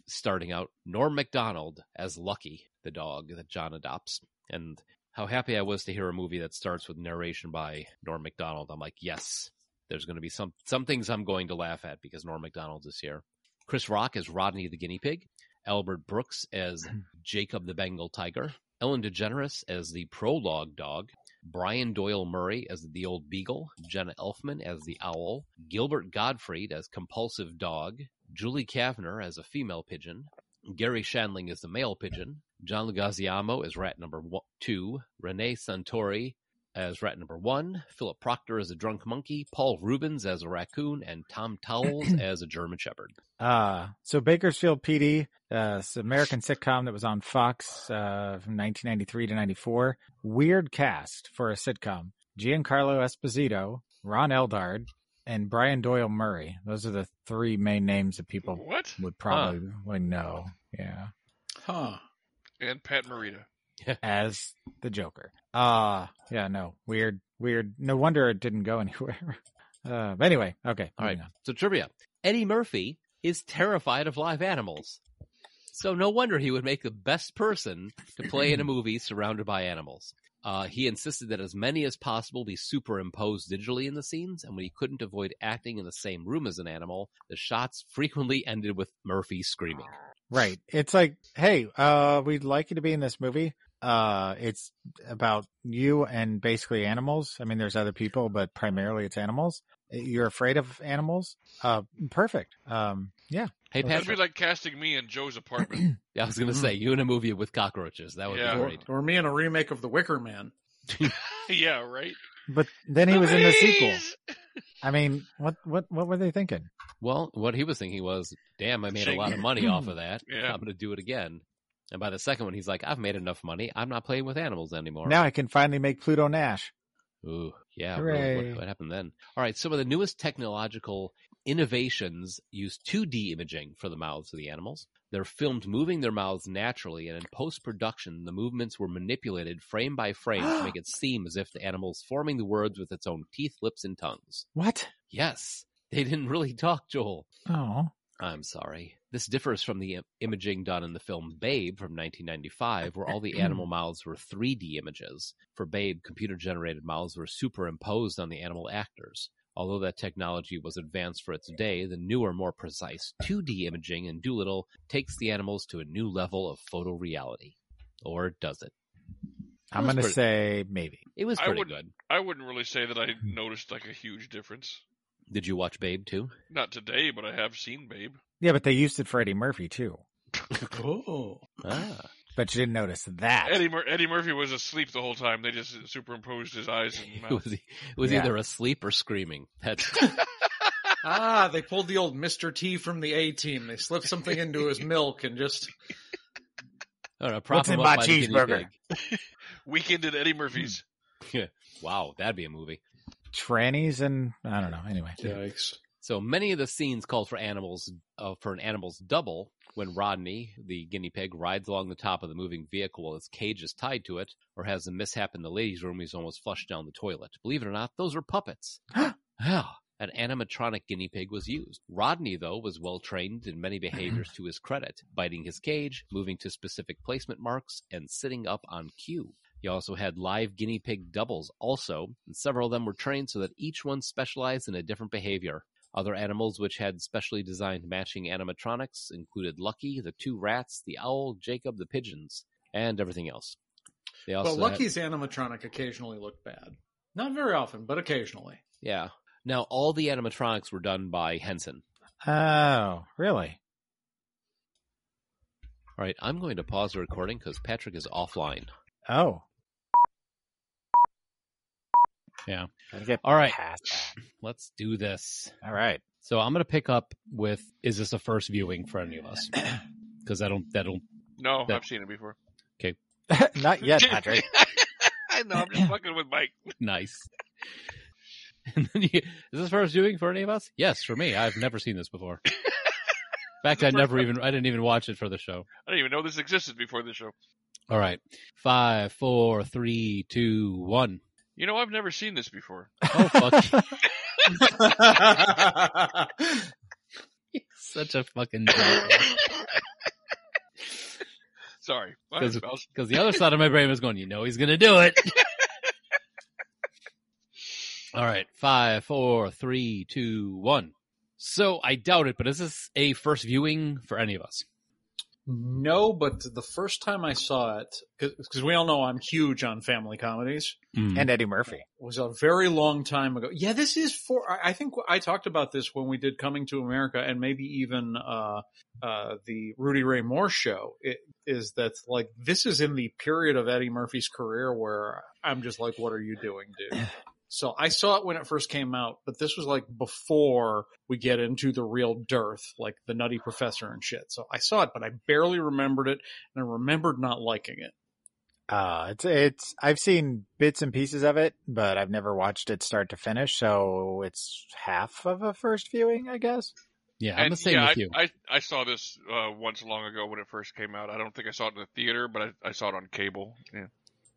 Speaker 3: starting out, Norm MacDonald as Lucky, the dog that John adopts. And how happy I was to hear a movie that starts with narration by Norm MacDonald. I'm like, yes, there's going to be some, some things I'm going to laugh at because Norm MacDonald's is here. Chris Rock as Rodney the guinea pig, Albert Brooks as Jacob the Bengal Tiger, Ellen DeGeneres as the prologue dog, Brian Doyle Murray as the old beagle, Jenna Elfman as the owl, Gilbert Gottfried as compulsive dog, Julie Kavner as a female pigeon, Gary Shandling as the male pigeon, John Leguizamo as rat number one, two, Renee Santori as rat number one, Philip Proctor as a drunk monkey, Paul Rubens as a raccoon, and Tom Towles as a German shepherd.
Speaker 5: Uh, so Bakersfield PD, uh, it's an American sitcom that was on Fox uh, from 1993 to 94. Weird cast for a sitcom. Giancarlo Esposito, Ron Eldard, and Brian Doyle Murray. Those are the three main names that people
Speaker 4: what?
Speaker 5: would probably would know. Yeah.
Speaker 6: Huh.
Speaker 4: And Pat Morita.
Speaker 5: As the Joker. Uh, yeah, no. Weird, weird. No wonder it didn't go anywhere. Uh, but anyway, okay.
Speaker 3: All right.
Speaker 5: moving on.
Speaker 3: So trivia: Eddie Murphy is terrified of live animals, so no wonder he would make the best person to play in a movie surrounded by animals. Uh, he insisted that as many as possible be superimposed digitally in the scenes, and when he couldn't avoid acting in the same room as an animal, the shots frequently ended with Murphy screaming.
Speaker 5: Right. It's like, hey, uh, we'd like you to be in this movie. Uh, it's about you and basically animals. I mean, there's other people, but primarily it's animals. You're afraid of animals. Uh, perfect. Um, yeah.
Speaker 3: Hey,
Speaker 5: Okay.
Speaker 4: That'd be
Speaker 3: Patrick,
Speaker 4: like casting me in Joe's apartment.
Speaker 3: I was going to say you in a movie with cockroaches. That would
Speaker 4: Yeah.
Speaker 3: be
Speaker 6: Or,
Speaker 3: great.
Speaker 6: or me in a remake of The Wicker Man.
Speaker 4: yeah, right.
Speaker 5: But then he was in the sequel.
Speaker 4: Louise!
Speaker 5: I mean, what, what, what were they thinking?
Speaker 3: Well, what he was thinking was, damn, I made a
Speaker 4: Shake
Speaker 3: lot of money off of that.
Speaker 4: Yeah.
Speaker 3: I'm going to do it again. And by the second one, he's like, I've made enough money. I'm not playing with animals anymore.
Speaker 5: Now I can finally make Pluto Nash.
Speaker 3: Ooh, yeah. really,
Speaker 5: Hooray.
Speaker 3: What, what happened then? All right. Some of the newest technological innovations use 2D imaging for the mouths of the animals. They're filmed moving their mouths naturally, and in post production, the movements were manipulated frame by frame to make it seem as if the animal's forming the words with its own teeth, lips, and tongues.
Speaker 5: What?
Speaker 3: Yes, they didn't really talk, Joel.
Speaker 5: Oh,
Speaker 3: I'm sorry. This differs from the im- imaging done in the film Babe from 1995, where all the animal mouths were 3D images. For Babe, computer generated mouths were superimposed on the animal actors. Although that technology was advanced for its day, the newer, more precise 2D imaging in Doolittle takes the animals to a new level of photoreality. Or does it? That's
Speaker 5: I'm going to
Speaker 3: pretty-
Speaker 5: say maybe.
Speaker 3: It was
Speaker 4: I
Speaker 3: pretty
Speaker 4: would-
Speaker 3: good.
Speaker 4: I wouldn't really say that I noticed like a huge difference.
Speaker 3: Did you watch Babe too?
Speaker 4: Not today, but I have seen Babe.
Speaker 5: Yeah, but they used it for Eddie Murphy too,
Speaker 6: Oh.
Speaker 3: Ah.
Speaker 5: but you didn't notice that.
Speaker 4: Eddie, Mur- Eddie Murphy was asleep the whole time. They just superimposed his eyes and
Speaker 3: It was,
Speaker 4: mouth.
Speaker 3: it was
Speaker 5: Yeah.
Speaker 3: either asleep or screaming. That's
Speaker 6: Ah, they pulled the old Mr. T from the A team. They slipped something into his milk and just
Speaker 3: I don't know, prop
Speaker 5: What's in
Speaker 3: him up
Speaker 5: my
Speaker 3: by the guinea
Speaker 5: cheeseburger?
Speaker 3: pig.
Speaker 4: Weekend at Eddie Murphy's.
Speaker 3: Wow, that'd be a movie.
Speaker 5: Trannies and I don't know. Anyway.
Speaker 6: yikes.
Speaker 3: So many of the scenes called for animals uh, for an animal's double when Rodney, the guinea pig, rides along the top of the moving vehicle while his cage is tied to it, or has a mishap in the ladies' room. He's almost flushed down the toilet. Believe it or not, those were puppets. Yeah, An animatronic guinea pig was used. Rodney, though, was well trained in many behaviors to his credit, biting his cage, moving to specific placement marks, and sitting up on cue. He also had live guinea pig doubles, also, and several of them were trained so that each one specialized in a different behavior. Other animals which had specially designed matching animatronics included Lucky, the two rats, the owl, Jacob, the pigeons, and everything else. They also
Speaker 6: Well,
Speaker 3: had-
Speaker 6: Lucky's animatronic occasionally looked bad. Not very often, but occasionally.
Speaker 3: yeah. Now all the animatronics were done by Henson.
Speaker 5: Oh, really?
Speaker 3: All right, I'm going to pause the recording because Patrick is offline.
Speaker 5: Oh,
Speaker 7: Gotta get
Speaker 3: All right.
Speaker 7: past
Speaker 3: Let's do this.
Speaker 5: all right.
Speaker 3: So I'm going to pick up with: Is this a first viewing for any of us? Because I don't. That don't.
Speaker 5: Hmm.
Speaker 4: No,
Speaker 3: Yeah.
Speaker 4: I've seen it before.
Speaker 5: Not yet, Patrick.
Speaker 4: I know. I'm just fucking with Mike.
Speaker 3: Nice. And then you, is this first viewing for any of us? Yes, for me. I've never seen this before. In fact, I never even. I didn't even watch it for the show.
Speaker 4: I didn't even know this existed before the show.
Speaker 3: All right. Five, four, three, two, one.
Speaker 4: You know, I've never seen this before.
Speaker 3: Oh fuck!
Speaker 6: That's
Speaker 3: Such a fucking. joke.
Speaker 4: Sorry. My
Speaker 3: 'Cause-
Speaker 4: spouse-
Speaker 3: Because the other side of my brain was going, you know, he's going to do it. All right. Five, four, three, two, one. So I doubt it, but is this a first viewing for any of us?
Speaker 6: no, but the first time I saw it, because we all know I'm huge on family comedies,
Speaker 4: Mm.
Speaker 5: and Eddie Murphy.
Speaker 6: was a very long time ago. Yeah, this is for. I I think I talked about this when we did Coming to America, and maybe even uh, uh, the Rudy Ray Moore show. It, is that like this is in the period of Eddie Murphy's career where I'm just like, what are you doing, dude? So I saw it when it first came out, but this was like before we get into the real dearth, like the Nutty Professor and shit. So I saw it, but I barely remembered it, and I remembered not liking it.
Speaker 5: Uh, it's it's. I've seen bits and pieces of it, but I've never watched it start to finish. So it's half of a first viewing, I guess.
Speaker 3: Yeah, I'm the
Speaker 4: And,
Speaker 3: same
Speaker 4: yeah,
Speaker 3: with
Speaker 4: I,
Speaker 3: you.
Speaker 4: I, I saw this uh, once long ago when it first came out. I don't think I saw it in the theater, but I, I saw it on cable. Yeah.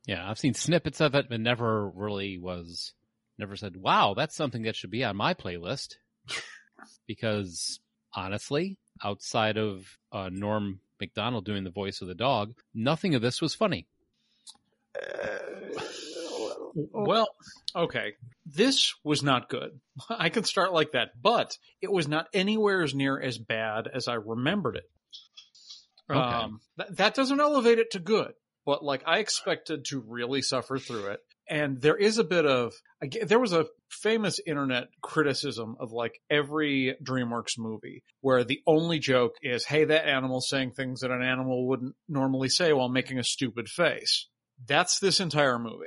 Speaker 3: yeah, I've seen snippets of it, but never really was, never said, wow, that's something that should be on my playlist. because honestly, outside of uh, Norm McDonald doing the voice of the dog, nothing of this was funny.
Speaker 6: Well, okay. This was not good. I can start like that, but it was not anywhere as near as bad as I remembered it.
Speaker 3: Okay.
Speaker 6: Um, th- that doesn't elevate it to good, but like I expected to really suffer through it. And there is a bit of, I ge- there was a famous internet criticism of like every DreamWorks movie where the only joke is, hey, that animal's saying things that an animal wouldn't normally say while making a stupid face. That's this entire movie.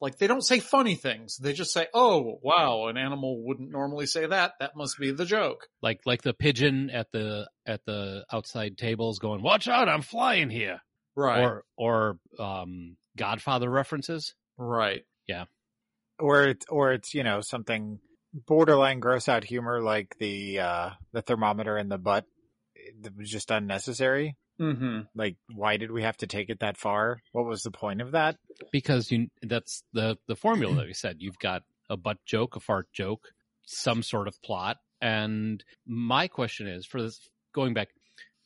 Speaker 6: Like they don't say funny things. They just say, oh, wow, an animal wouldn't normally say that. That must be the joke.
Speaker 3: like like the pigeon at the at the outside tables going watch out i'm flying here
Speaker 6: Right.
Speaker 3: or or um godfather references
Speaker 6: right.
Speaker 5: or it's or it's you know something borderline gross out humor like the uh the thermometer in the butt that was just unnecessary
Speaker 6: Mm-hmm.
Speaker 5: like why did we have to take it that far what was the point of that
Speaker 3: because you that's the the formula that we said you've got a butt joke a fart joke some sort of plot and my question is for this going back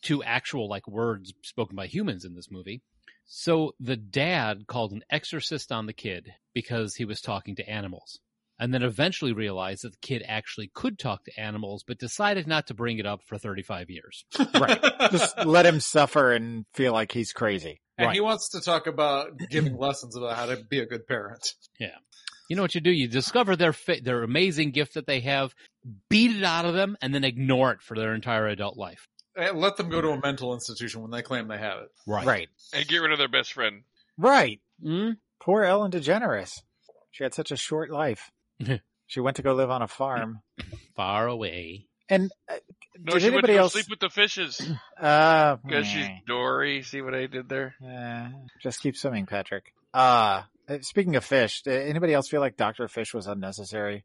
Speaker 3: to actual like words spoken by humans in this movie so the dad called an exorcist on the kid because he was talking to animals and then eventually realized that the kid actually could talk to animals but decided not to bring it up for 35 years
Speaker 5: right just let him suffer and feel like he's crazy
Speaker 6: And
Speaker 3: Right.
Speaker 6: he wants to talk about giving lessons about how to be a good parent.
Speaker 3: you know what you do you discover their fa- their amazing gift that they have beat it out of them and then ignore it for their entire adult life
Speaker 6: And let them go to a mental institution when they claim they have it.
Speaker 5: right right,
Speaker 4: And get rid of their best friend.
Speaker 3: Mm?
Speaker 5: poor ellen degeneres she had such a short life she went to go live on a farm
Speaker 3: far away
Speaker 5: and uh,
Speaker 4: No,
Speaker 5: did
Speaker 4: she went to
Speaker 5: anybody
Speaker 4: go
Speaker 5: else
Speaker 4: sleep with the fishes
Speaker 5: uh
Speaker 4: because she's
Speaker 5: meh.
Speaker 4: Dory. See what I did there?
Speaker 5: Uh, just keep swimming, Patrick. Uh, speaking of fish, did anybody else feel like Dr. Fish was unnecessary?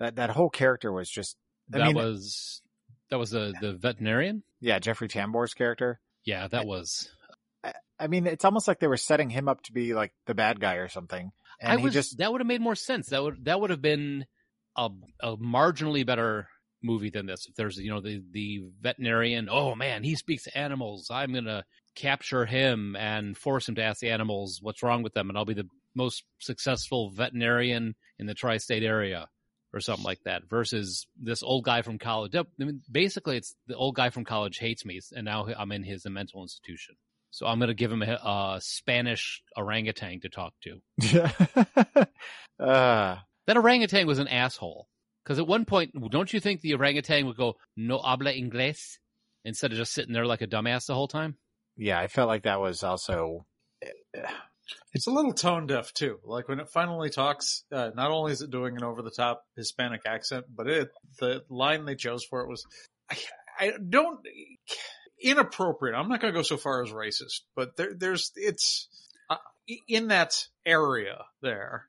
Speaker 5: That that whole character was just
Speaker 3: that was that was the the veterinarian.
Speaker 5: Yeah, Jeffrey Tambor's character.
Speaker 3: Yeah, that was.
Speaker 5: I mean, it's almost like they were setting him up to be like the bad guy or something. And
Speaker 3: I
Speaker 5: he
Speaker 3: was
Speaker 5: just
Speaker 3: that would have made more sense. That would that would have been a a marginally better movie than this. If there's you know the the veterinarian, oh man, he speaks to animals. I'm gonna capture him and force him to ask the animals what's wrong with them, and I'll be the most successful veterinarian in the tri-state area or something like that. Versus this old guy from college. I mean, basically, it's the old guy from college hates me, and now I'm in his mental institution. So I'm gonna give him a, a Spanish orangutan to talk to.
Speaker 5: yeah. uh,
Speaker 3: That orangutan was an asshole. Because at one point, don't you think the orangutan would go "no habla inglés" instead of just sitting there like a dumbass the whole time?
Speaker 5: yeah, I felt like that was also
Speaker 6: It's a little tone deaf too. Like when it finally talks, uh, not only is it doing an over the top Hispanic accent, but it the line they chose for it was, I, I don't inappropriate. I'm not going to go so far as racist, but there, there's it's uh, in that area there.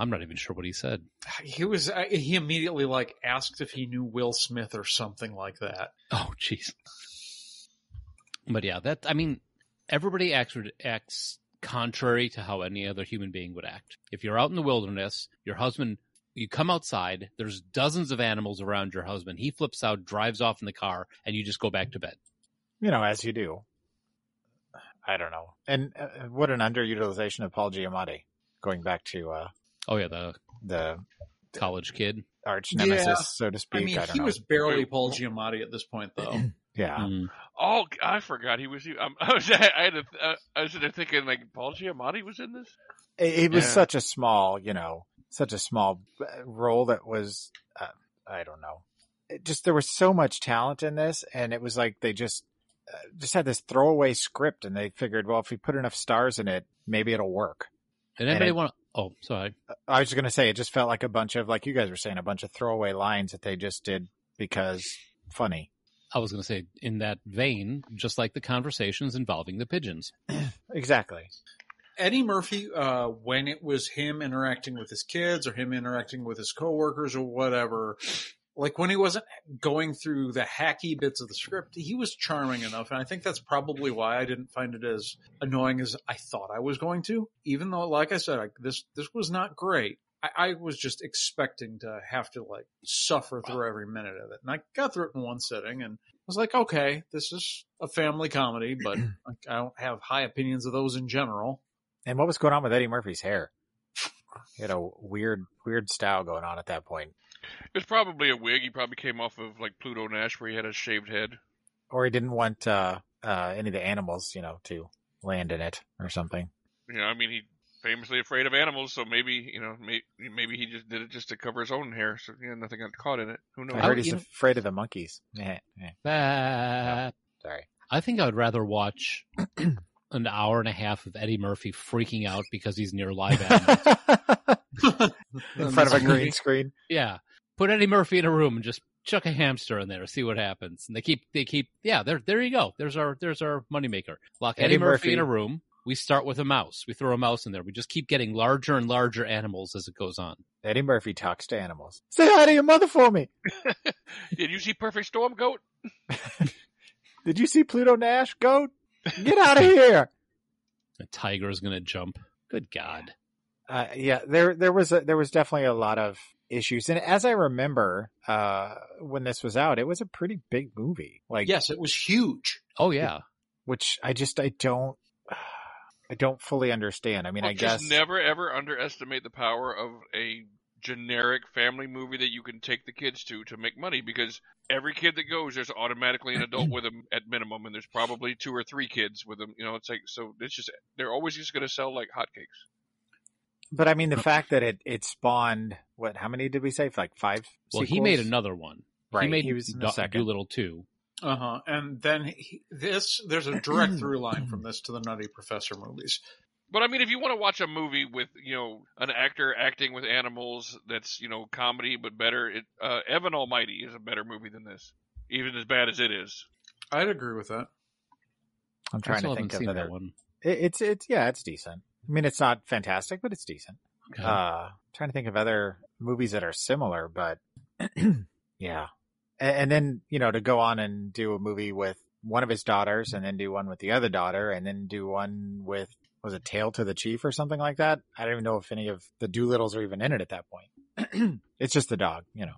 Speaker 3: I'm not even sure what he said.
Speaker 6: He was uh, he immediately like asked if he knew Will Smith or something like that.
Speaker 3: Oh, jeez. But yeah, that I mean, everybody acts acts contrary to how any other human being would act. If you're out in the wilderness, your husband, you come outside, there's dozens of animals around your husband. He flips out, drives off in the car, and you just go back to bed.
Speaker 5: you know as you do. I don't know. And uh, what an underutilization of Paul Giamatti. Going back to uh,
Speaker 3: Oh yeah, the
Speaker 5: the
Speaker 3: college kid.
Speaker 5: arch
Speaker 6: Yeah.
Speaker 5: nemesis, so to
Speaker 6: I
Speaker 5: speak. I,
Speaker 6: mean,
Speaker 5: don't
Speaker 6: he
Speaker 5: know.
Speaker 6: was barely Paul Giamatti at this point, though.
Speaker 5: yeah.
Speaker 3: Mm.
Speaker 4: Oh, I forgot he was. Um, I was. I had. A, uh, I was sitting there thinking like Paul Giamatti was in this.
Speaker 5: it, it was
Speaker 4: Yeah.
Speaker 5: such a small, you know, such a small uh, role that was, uh, I don't know, it just there was so much talent in this, and it was like they just uh, just had this throwaway script, and they figured, well, if we put enough stars in it, maybe it'll work.
Speaker 3: Did anybody
Speaker 5: it-
Speaker 3: want? Oh, sorry.
Speaker 5: I was just gonna say, it just felt like a bunch of, like you guys were saying, a bunch of throwaway lines that they just did because funny.
Speaker 3: I was going to say, in that vein, just like the conversations involving the pigeons.
Speaker 5: Exactly.
Speaker 6: Eddie Murphy, uh, when it was him interacting with his kids or him interacting with his coworkers or whatever, like when he wasn't going through the hacky bits of the script, he was charming enough. And I think that's probably why I didn't find it as annoying as I thought I was going to, even though, like I said, I, this, this was not great. I, I was just expecting to have to like suffer through every minute of it. And I got through it in one sitting and I was like, okay, this is a family comedy, but like, I don't have high opinions of those in general.
Speaker 5: And what was going on with Eddie Murphy's hair? He had a weird, weird style going on at that point,
Speaker 4: It was probably a wig. He probably came off of like Pluto Nash, where he had a shaved head.
Speaker 5: or he didn't want uh, uh, any of the animals, you know, to land in it or something.
Speaker 4: You know, I mean, he famously afraid of animals, so maybe you know, may, maybe he just did it just to cover his own hair, so yeah, nothing got caught in it. Who knows?
Speaker 5: I heard
Speaker 3: I-
Speaker 5: he's
Speaker 3: you know-
Speaker 5: afraid of the monkeys. Eh, eh,
Speaker 3: Bah.
Speaker 5: sorry.
Speaker 3: I think I would rather watch an hour and a half of Eddie Murphy freaking out because he's near live animals.
Speaker 5: in front of a
Speaker 6: This
Speaker 5: green
Speaker 6: movie.
Speaker 5: screen.
Speaker 3: yeah, put Eddie Murphy in a room and just chuck a hamster in there, see what happens. And they keep, they keep, yeah, there, there you go. There's our, there's our moneymaker. Lock Eddie,
Speaker 5: Eddie
Speaker 3: Murphy, in a
Speaker 5: Murphy.
Speaker 3: room. We start with a mouse. We throw a mouse in there. We just keep getting larger and larger animals as it goes on.
Speaker 5: Eddie Murphy talks to animals. Say hi to your mother for me.
Speaker 4: Did you see Perfect Storm, goat?
Speaker 5: Did you see Pluto Nash? Go get out of here.
Speaker 3: A tiger is going to jump. Good God.
Speaker 5: Uh, yeah, there there was a, there was definitely a lot of issues, and as I remember, uh, when this was out, it was a pretty big movie. Like,
Speaker 6: Yes, it was huge.
Speaker 3: Oh yeah.
Speaker 5: which I just I don't I don't fully understand. I mean,
Speaker 4: Well,
Speaker 5: I guess
Speaker 4: just never ever underestimate the power of a generic family movie that you can take the kids to to make money because every kid that goes there's automatically an adult with them at minimum and there's probably two or three kids with them you know it's like so it's just they're always just going to sell like hotcakes
Speaker 5: But I mean, the fact that it it spawned what? How many did we say? Like five.
Speaker 3: Well, he
Speaker 5: sequels?
Speaker 3: made another one.
Speaker 5: Right,
Speaker 3: He made
Speaker 5: he was in the
Speaker 3: Do-
Speaker 5: second.
Speaker 3: Doolittle two.
Speaker 6: Uh huh. And then he, this, there's a direct through line from this to the Nutty Professor movies.
Speaker 4: But I mean, if you want to watch a movie with you know an actor acting with animals, that's you know comedy but better. It, uh, Evan Almighty is a better movie than this, even as bad as it is.
Speaker 6: I'd agree with that.
Speaker 5: I'm
Speaker 3: I
Speaker 5: trying
Speaker 3: still
Speaker 5: to
Speaker 3: haven't
Speaker 5: think of
Speaker 3: seen
Speaker 5: another.
Speaker 3: that one.
Speaker 5: It, it's it's yeah, it's decent. I mean, it's not fantastic, but it's decent.
Speaker 3: Okay.
Speaker 5: Uh, trying to think of other movies that are similar, but Yeah. And, and then, you know, to go on and do a movie with one of his daughters and then do one with the other daughter and then do one with, was it Tail to the Chief or something like that? I don't even know if any of the Doolittles are even in it at that point. it's just the dog, you know.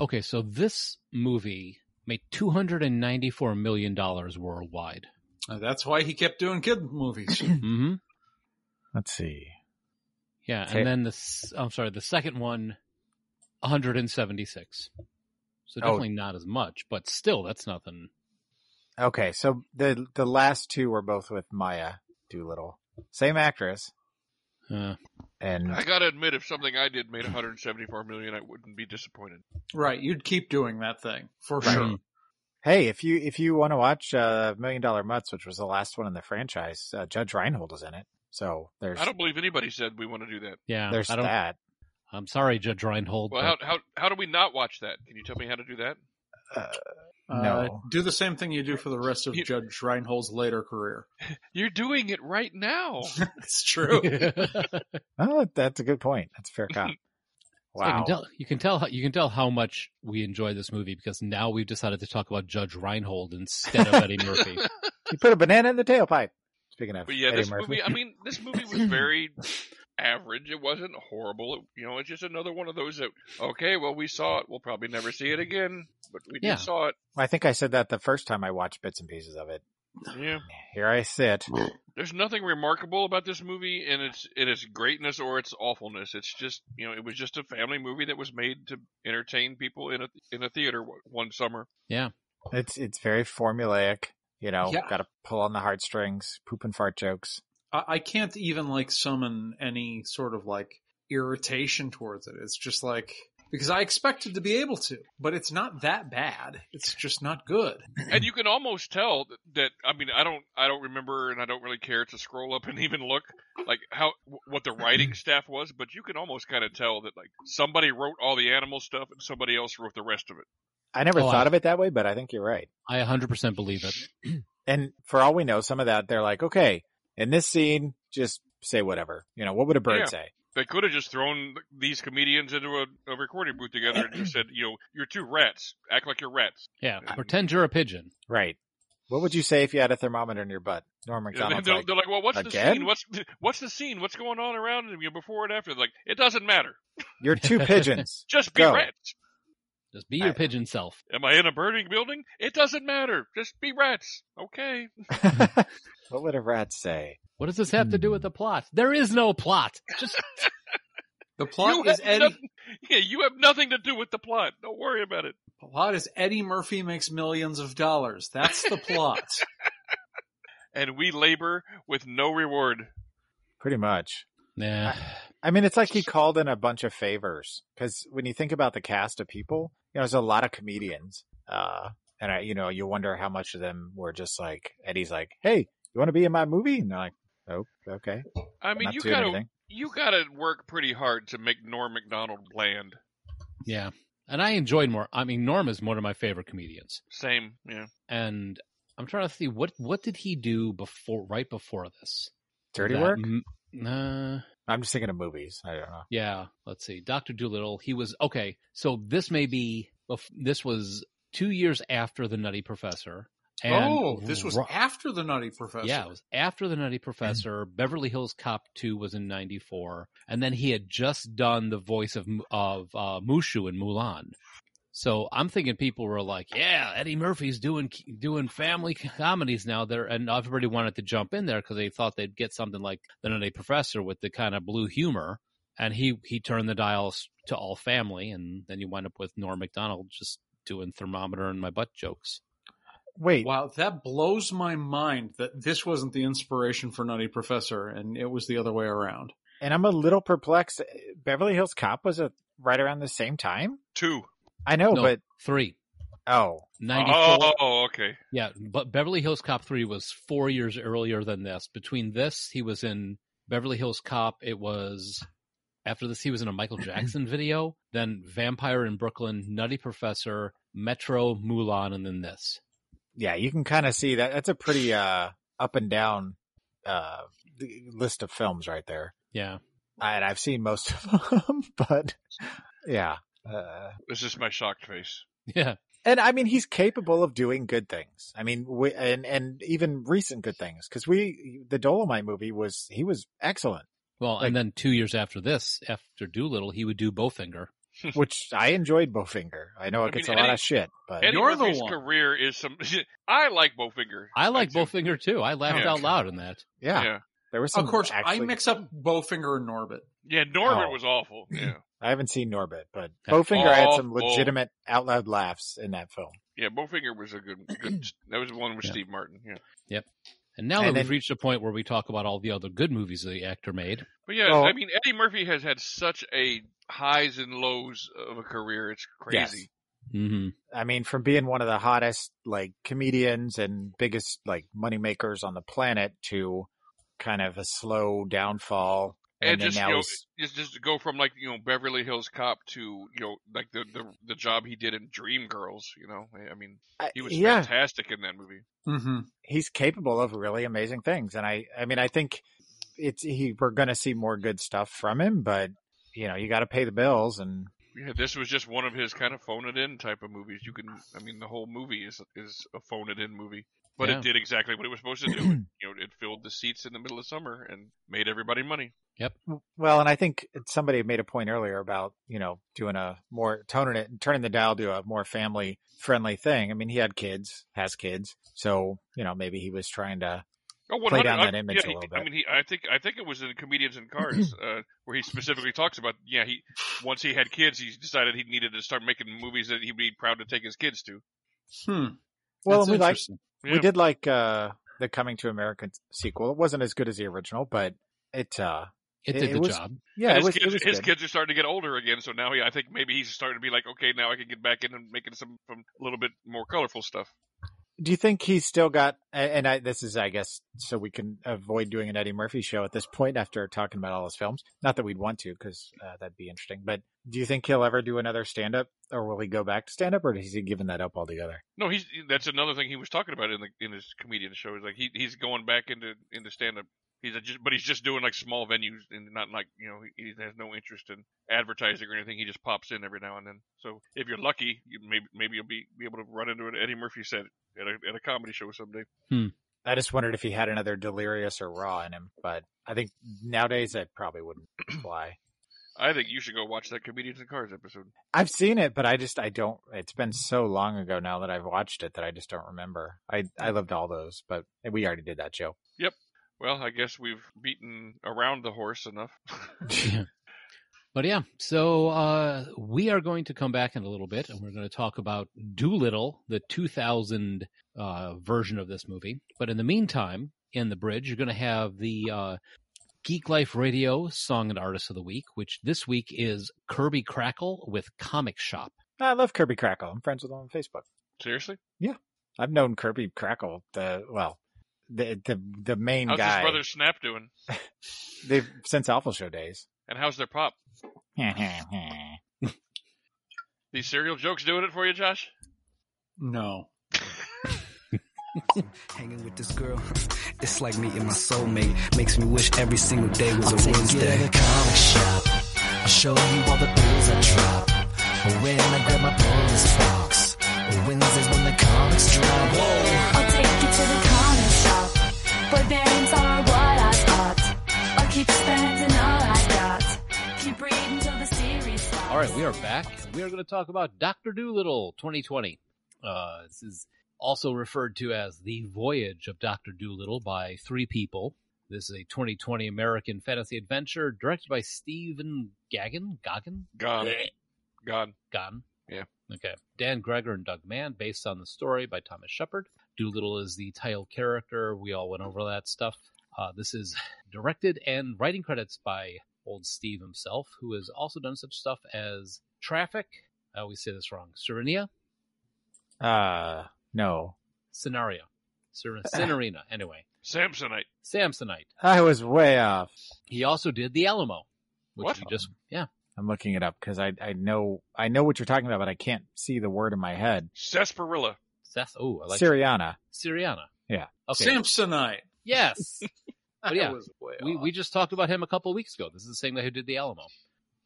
Speaker 3: Okay, so this movie made two hundred and ninety-four million dollars worldwide.
Speaker 6: Uh, that's why he kept doing kid movies.
Speaker 3: hmm
Speaker 5: Let's see.
Speaker 3: Yeah,
Speaker 7: Okay.
Speaker 3: and then the s- I'm sorry, the second one, one hundred and seventy-six. So
Speaker 5: Oh.
Speaker 3: definitely not as much, but still, that's nothing.
Speaker 5: Okay, so the the last two were both with Maya Doolittle, same actress,
Speaker 3: Uh,
Speaker 5: and
Speaker 4: I gotta admit, if something I did made 174 million, I wouldn't be disappointed.
Speaker 6: right. You'd keep doing that thing for
Speaker 5: Right.
Speaker 6: sure.
Speaker 5: Hey, if you if you want to watch uh, Million Dollar Mutts, which was the last one in the franchise, uh, Judge Reinhold is in it. So there's
Speaker 4: I don't believe anybody said we want to do that.
Speaker 3: yeah,
Speaker 5: there's
Speaker 3: I don't.
Speaker 5: that.
Speaker 3: I'm sorry, Judge Reinhold.
Speaker 4: Well, how,
Speaker 3: but
Speaker 4: how how do we not watch that? Can you tell me how to do that?
Speaker 5: No.
Speaker 6: Uh, do the same thing you do for the rest of
Speaker 4: You-
Speaker 6: Judge Reinhold's later career.
Speaker 4: You're doing it right now.
Speaker 6: It's true.
Speaker 5: Oh, that's a good point. That's a fair cop.
Speaker 3: So You
Speaker 5: wow.
Speaker 3: can tell you can tell how, you can tell how much we enjoy this movie because now we've decided to talk about Judge Reinhold instead of Eddie Murphy.
Speaker 5: you put a banana in the tailpipe. Speaking of
Speaker 4: But yeah,
Speaker 5: Eddie
Speaker 4: this
Speaker 5: Murphy,
Speaker 4: movie. I mean, this movie was very average. It wasn't horrible. It, you know, it's just another one of those that okay, well, we saw it. We'll probably never see it again, but we
Speaker 3: Yeah.
Speaker 4: did saw it.
Speaker 5: I think I said that the first time I watched bits and pieces of it.
Speaker 4: Yeah.
Speaker 5: Here I sit.
Speaker 4: There's nothing remarkable about this movie in its in its greatness or its awfulness. It's just you know, it was just a family movie that was made to entertain people in a in a theater w- one summer.
Speaker 5: It's it's very formulaic. You know,
Speaker 6: Yeah.
Speaker 5: got to pull on the heartstrings, poop and fart jokes.
Speaker 6: I, I can't even like summon any sort of like irritation towards it. It's just like because I expected to be able to, but it's not that bad. It's just not good.
Speaker 4: and you can almost tell that, that I mean I don't I don't remember and I don't really care to scroll up and even look like how wh- what the writing staff was, but you can almost kind of tell that like somebody wrote all the animal stuff and somebody else wrote the rest of it.
Speaker 5: I never
Speaker 3: Oh,
Speaker 5: thought
Speaker 3: I-
Speaker 5: of it that way, but I think you're right.
Speaker 3: I 100% believe it.
Speaker 5: And for all we know, some of that they're like, okay, in this scene, just say whatever. You know, what would a bird
Speaker 4: Yeah.
Speaker 5: say?
Speaker 4: They could have just thrown these comedians into a, a recording booth together and just said, you know, you're two rats, act like you're rats.
Speaker 3: Yeah, pretend you're a pigeon.
Speaker 5: Right. What would you say if you had a thermometer in your butt? Norm
Speaker 4: You know, they-
Speaker 5: McDonald's
Speaker 4: they're,
Speaker 5: like,
Speaker 4: they're like, well, what's the
Speaker 5: "Again?"
Speaker 4: scene? What's what's the scene? What's going on around you know, before and after? Like, it doesn't matter.
Speaker 5: you're two pigeons.
Speaker 4: Just be
Speaker 5: Go.
Speaker 4: rats.
Speaker 3: Just be your
Speaker 5: I-
Speaker 3: pigeon self.
Speaker 4: Am I in a burning building? It doesn't matter. Just be rats. Okay.
Speaker 5: what would a rat say?
Speaker 3: What does this have to do
Speaker 5: Hmm.
Speaker 3: with the plot? There is no plot. Just
Speaker 6: The plot
Speaker 4: You
Speaker 6: is
Speaker 4: have
Speaker 6: Eddie.
Speaker 4: nothing- yeah, you have nothing to do with the plot. Don't worry about it.
Speaker 6: The plot is Eddie Murphy makes millions of dollars. That's the plot.
Speaker 4: And we labor with no reward.
Speaker 5: Pretty much.
Speaker 3: nah.
Speaker 5: I mean, it's like he called in a bunch of favors because when you think about the cast of people, you know, there's a lot of comedians. Uh, and I, you know, you wonder how much of them were just like, Eddie's like, hey, you want to be in my movie? And they're like, oh, okay.
Speaker 4: I mean,
Speaker 5: Not
Speaker 4: you
Speaker 5: doing
Speaker 4: gotta
Speaker 5: anything.
Speaker 4: you gotta work pretty hard to make Norm Macdonald bland.
Speaker 3: Yeah. And I enjoyed more. I mean, Norm is one of my favorite comedians.
Speaker 4: Same, yeah.
Speaker 3: And I'm trying to see what what did he do before right before this?
Speaker 5: Dirty
Speaker 3: That
Speaker 5: work?
Speaker 3: m- uh,
Speaker 5: I'm just thinking of movies. I don't know.
Speaker 3: Yeah, let's see. Dr. Doolittle, he was okay. So this may be bef- this was 2 years after the Nutty Professor. And
Speaker 6: oh, this was
Speaker 3: ro-
Speaker 6: after the Nutty Professor.
Speaker 3: Yeah, it was after the Nutty Professor. Beverly Hills Cop 2 was in 94, and then he had just done the voice of M- of uh, Mushu in Mulan. So I'm thinking people were like, "Yeah, Eddie Murphy's doing doing family comedies now." There, and everybody wanted to jump in there because they thought they'd get something like the Nutty Professor with the kind of blue humor. And he he turned the dials to all family, and then you wind up with Norm Macdonald just doing thermometer in my butt jokes.
Speaker 5: Wait,
Speaker 6: Wow, that blows my mind that this wasn't the inspiration for Nutty Professor and it was the other way around.
Speaker 5: and I'm a little perplexed. Beverly Hills Cop was a, right around the same time.
Speaker 4: Two.
Speaker 5: I know,
Speaker 3: No.
Speaker 5: but
Speaker 3: Three.
Speaker 5: oh,
Speaker 3: 94
Speaker 4: Oh, okay.
Speaker 3: Yeah, but Beverly Hills Cop 3 was four years earlier than this. Between this, he was in Beverly Hills Cop. It was after this, he was in a Michael Jackson video, then Vampire in Brooklyn, Nutty Professor, Metro, Mulan, and then this.
Speaker 5: yeah, you can kind of see that. That's a pretty uh, up and down uh, list of films right there.
Speaker 3: Yeah.
Speaker 5: And I've seen most of them, but yeah, Uh,
Speaker 4: This is my shocked face.
Speaker 3: Yeah.
Speaker 5: and I mean, he's capable of doing good things. I mean, we, and and even recent good things because we the Dolomite movie was he was excellent,
Speaker 3: Well,
Speaker 5: Like-
Speaker 3: and then two years after this, after Doolittle, he would do Bowfinger.
Speaker 5: which I enjoyed. Bowfinger. I know it
Speaker 4: I
Speaker 5: gets
Speaker 4: mean,
Speaker 5: a lot
Speaker 4: any-
Speaker 5: of shit, but
Speaker 4: Eddie
Speaker 6: You're the
Speaker 4: Murphy's
Speaker 6: one.
Speaker 4: career is some. I like Bowfinger.
Speaker 3: I like
Speaker 4: do.
Speaker 3: Bowfinger too. I laughed
Speaker 4: Yeah.
Speaker 3: out loud in that.
Speaker 5: yeah,
Speaker 4: yeah.
Speaker 5: there was some.
Speaker 6: Of course, I
Speaker 5: actually-
Speaker 6: mix up Bowfinger and Norbit.
Speaker 4: Yeah, Norbert
Speaker 5: Oh.
Speaker 4: was awful. Yeah.
Speaker 5: I haven't seen Norbit, but
Speaker 3: Yeah.
Speaker 5: Bowfinger had some
Speaker 4: Awful.
Speaker 5: legitimate out loud laughs in that film.
Speaker 4: Yeah, Bowfinger was a good good that was the one with
Speaker 3: Yeah.
Speaker 4: Steve Martin. Yeah.
Speaker 3: And now
Speaker 5: And
Speaker 3: that
Speaker 5: then-
Speaker 3: we've reached a point where we talk about all the other good movies the actor made,
Speaker 4: But yeah,
Speaker 5: Well-
Speaker 4: I mean Eddie Murphy has had such a highs and lows of a career. It's crazy.
Speaker 3: mm-hmm.
Speaker 5: I mean, from being one of the hottest like comedians and biggest like moneymakers on the planet to kind of a slow downfall.
Speaker 4: And
Speaker 5: then
Speaker 4: just,
Speaker 5: now
Speaker 4: you know,
Speaker 5: he's-
Speaker 4: Just just to go from like, you know, Beverly Hills Cop to, you know, like the the, the job he did in Dreamgirls, you know. I- I mean,
Speaker 5: I-
Speaker 4: he was
Speaker 5: yeah,
Speaker 4: fantastic in that movie.
Speaker 6: Mm-hmm.
Speaker 5: he's capable of really amazing things. And I, I mean, I think it's, he, we're going to see more good stuff from him, but you know, you got to pay the bills and
Speaker 4: Yeah, this was just one of his kind of phone it in type of movies. You can, I mean, the whole movie is is a phone it in movie, but
Speaker 3: Yeah.
Speaker 4: it did exactly what it was supposed to do. It, you know, it filled the seats in the middle of summer and made everybody money.
Speaker 5: Well, and I think somebody made a point earlier about you know doing a more toning it, turning the dial to a more family friendly thing. I mean, he had kids, has kids, so you know maybe he was trying to.
Speaker 4: Oh,
Speaker 5: Play down
Speaker 4: 100 I-
Speaker 5: that image
Speaker 4: yeah,
Speaker 5: a
Speaker 4: he-
Speaker 5: little
Speaker 4: I
Speaker 5: bit.
Speaker 4: mean, he, I think I think it was in Comedians and Cars uh, where he specifically talks about yeah he once he had kids he decided he needed to start making movies that he'd be proud to take his kids to.
Speaker 6: Hmm.
Speaker 5: Well,
Speaker 3: That's
Speaker 5: we like
Speaker 3: interesting.
Speaker 4: Yeah.
Speaker 5: we did like uh the Coming to America sequel. It wasn't as good as the original, but it uh
Speaker 3: It
Speaker 5: It-
Speaker 3: did
Speaker 5: it
Speaker 3: the
Speaker 5: was-
Speaker 3: job.
Speaker 5: yeah
Speaker 4: And
Speaker 5: it
Speaker 4: his
Speaker 5: was,
Speaker 4: kids,
Speaker 5: it was
Speaker 4: his
Speaker 5: good.
Speaker 4: kids are starting to get older again, so now he, I think maybe he's starting to be like, okay, now I can get back in and making some, some a little bit more colorful stuff.
Speaker 5: Do you think he's still got? a- And I, this is, I guess, so we can avoid doing an Eddie Murphy show at this point after talking about all his films. Not that we'd want to, because uh, that'd be interesting. But do you think he'll ever do another stand up, or will he go back to stand up, or has he given that up altogether?
Speaker 4: No, he's that's another thing he was talking about in the in his comedian show. Is like he he's going back into into stand up. He's a, just, but he's just doing like small venues and not like you know he, he has no interest in advertising or anything. He just pops in every now and then. So if you're lucky, you maybe maybe you'll be, be able to run into an Eddie Murphy set at a at a comedy show someday.
Speaker 5: I just wondered if he had another Delirious or Raw in him, but I think nowadays that probably wouldn't fly.
Speaker 4: I think you should go watch that comedians and cars episode.
Speaker 5: I've seen it, but I just I don't. It's been so long ago now that I've watched it that I just don't remember. I I loved all those, but we already did that show.
Speaker 4: Well, I guess we've beaten around the horse enough.
Speaker 3: Yeah. But yeah, so uh, we are going to come back in a little bit, and we're going to talk about Doolittle, the 2000 uh, version of this movie. But in the meantime, in the bridge, you're going to have the uh, Geek Life Radio Song and Artist of the Week, which this week is Kirby Crackle with Comic Shop.
Speaker 5: I love Kirby Crackle. I'm friends with him on Facebook.
Speaker 4: Seriously,
Speaker 5: I've known Kirby Crackle, the well, the the the main
Speaker 4: how's his
Speaker 5: guy
Speaker 4: brother Snap doing?
Speaker 5: they've since Alpha Show days.
Speaker 4: And how's their pop?
Speaker 5: I
Speaker 4: These serial jokes doing it for you, Josh?
Speaker 6: No.
Speaker 8: Hanging with this girl, it's like meeting my soulmate. Makes me wish every single day was
Speaker 9: I'll
Speaker 8: a
Speaker 9: take
Speaker 8: Wednesday.
Speaker 9: you to the comic shop. I'll show you all the bills I drop. When I grab my bonus box. Wednesdays when the comics drop.
Speaker 10: I'll take you to the corner shop. Boy bands are what I thought. I'll keep spending all I got. Keep reading till the series stops.
Speaker 3: All right, we are back. and We are going to talk about Doctor Doolittle 2020. Uh, this is also referred to as the Voyage of Doctor Doolittle by three people. This is a 2020 American fantasy adventure directed by Stephen Gagan. Gagan.
Speaker 4: God, God.
Speaker 3: Gunn.
Speaker 4: Yeah.
Speaker 3: Okay. Dan Gregor and Doug Mann, based on the story by Thomas Shepard. Doolittle is the title character. We all went over that stuff. Uh, this is directed and writing credits by old Steve himself, who has also done such stuff as Traffic. I always say this wrong. Serenia?
Speaker 5: uh no.
Speaker 3: Scenario. Ser- Scenerina. Anyway.
Speaker 4: Samsonite.
Speaker 3: Samsonite.
Speaker 5: I was way off.
Speaker 3: He also did The Alamo, which
Speaker 4: What?
Speaker 3: we just, yeah.
Speaker 5: I'm looking it up because I I know I know what you're talking about, but I can't see the word in my head.
Speaker 4: Sarsaparilla.
Speaker 3: Seth, oh, I like
Speaker 5: Syriana.
Speaker 3: Syriana.
Speaker 5: Yeah.
Speaker 3: Okay.
Speaker 6: Samsonite.
Speaker 3: yes. But yeah,
Speaker 6: That was way
Speaker 3: we,
Speaker 6: off.
Speaker 3: we just talked about him a couple weeks ago. This is the same guy who did the Alamo.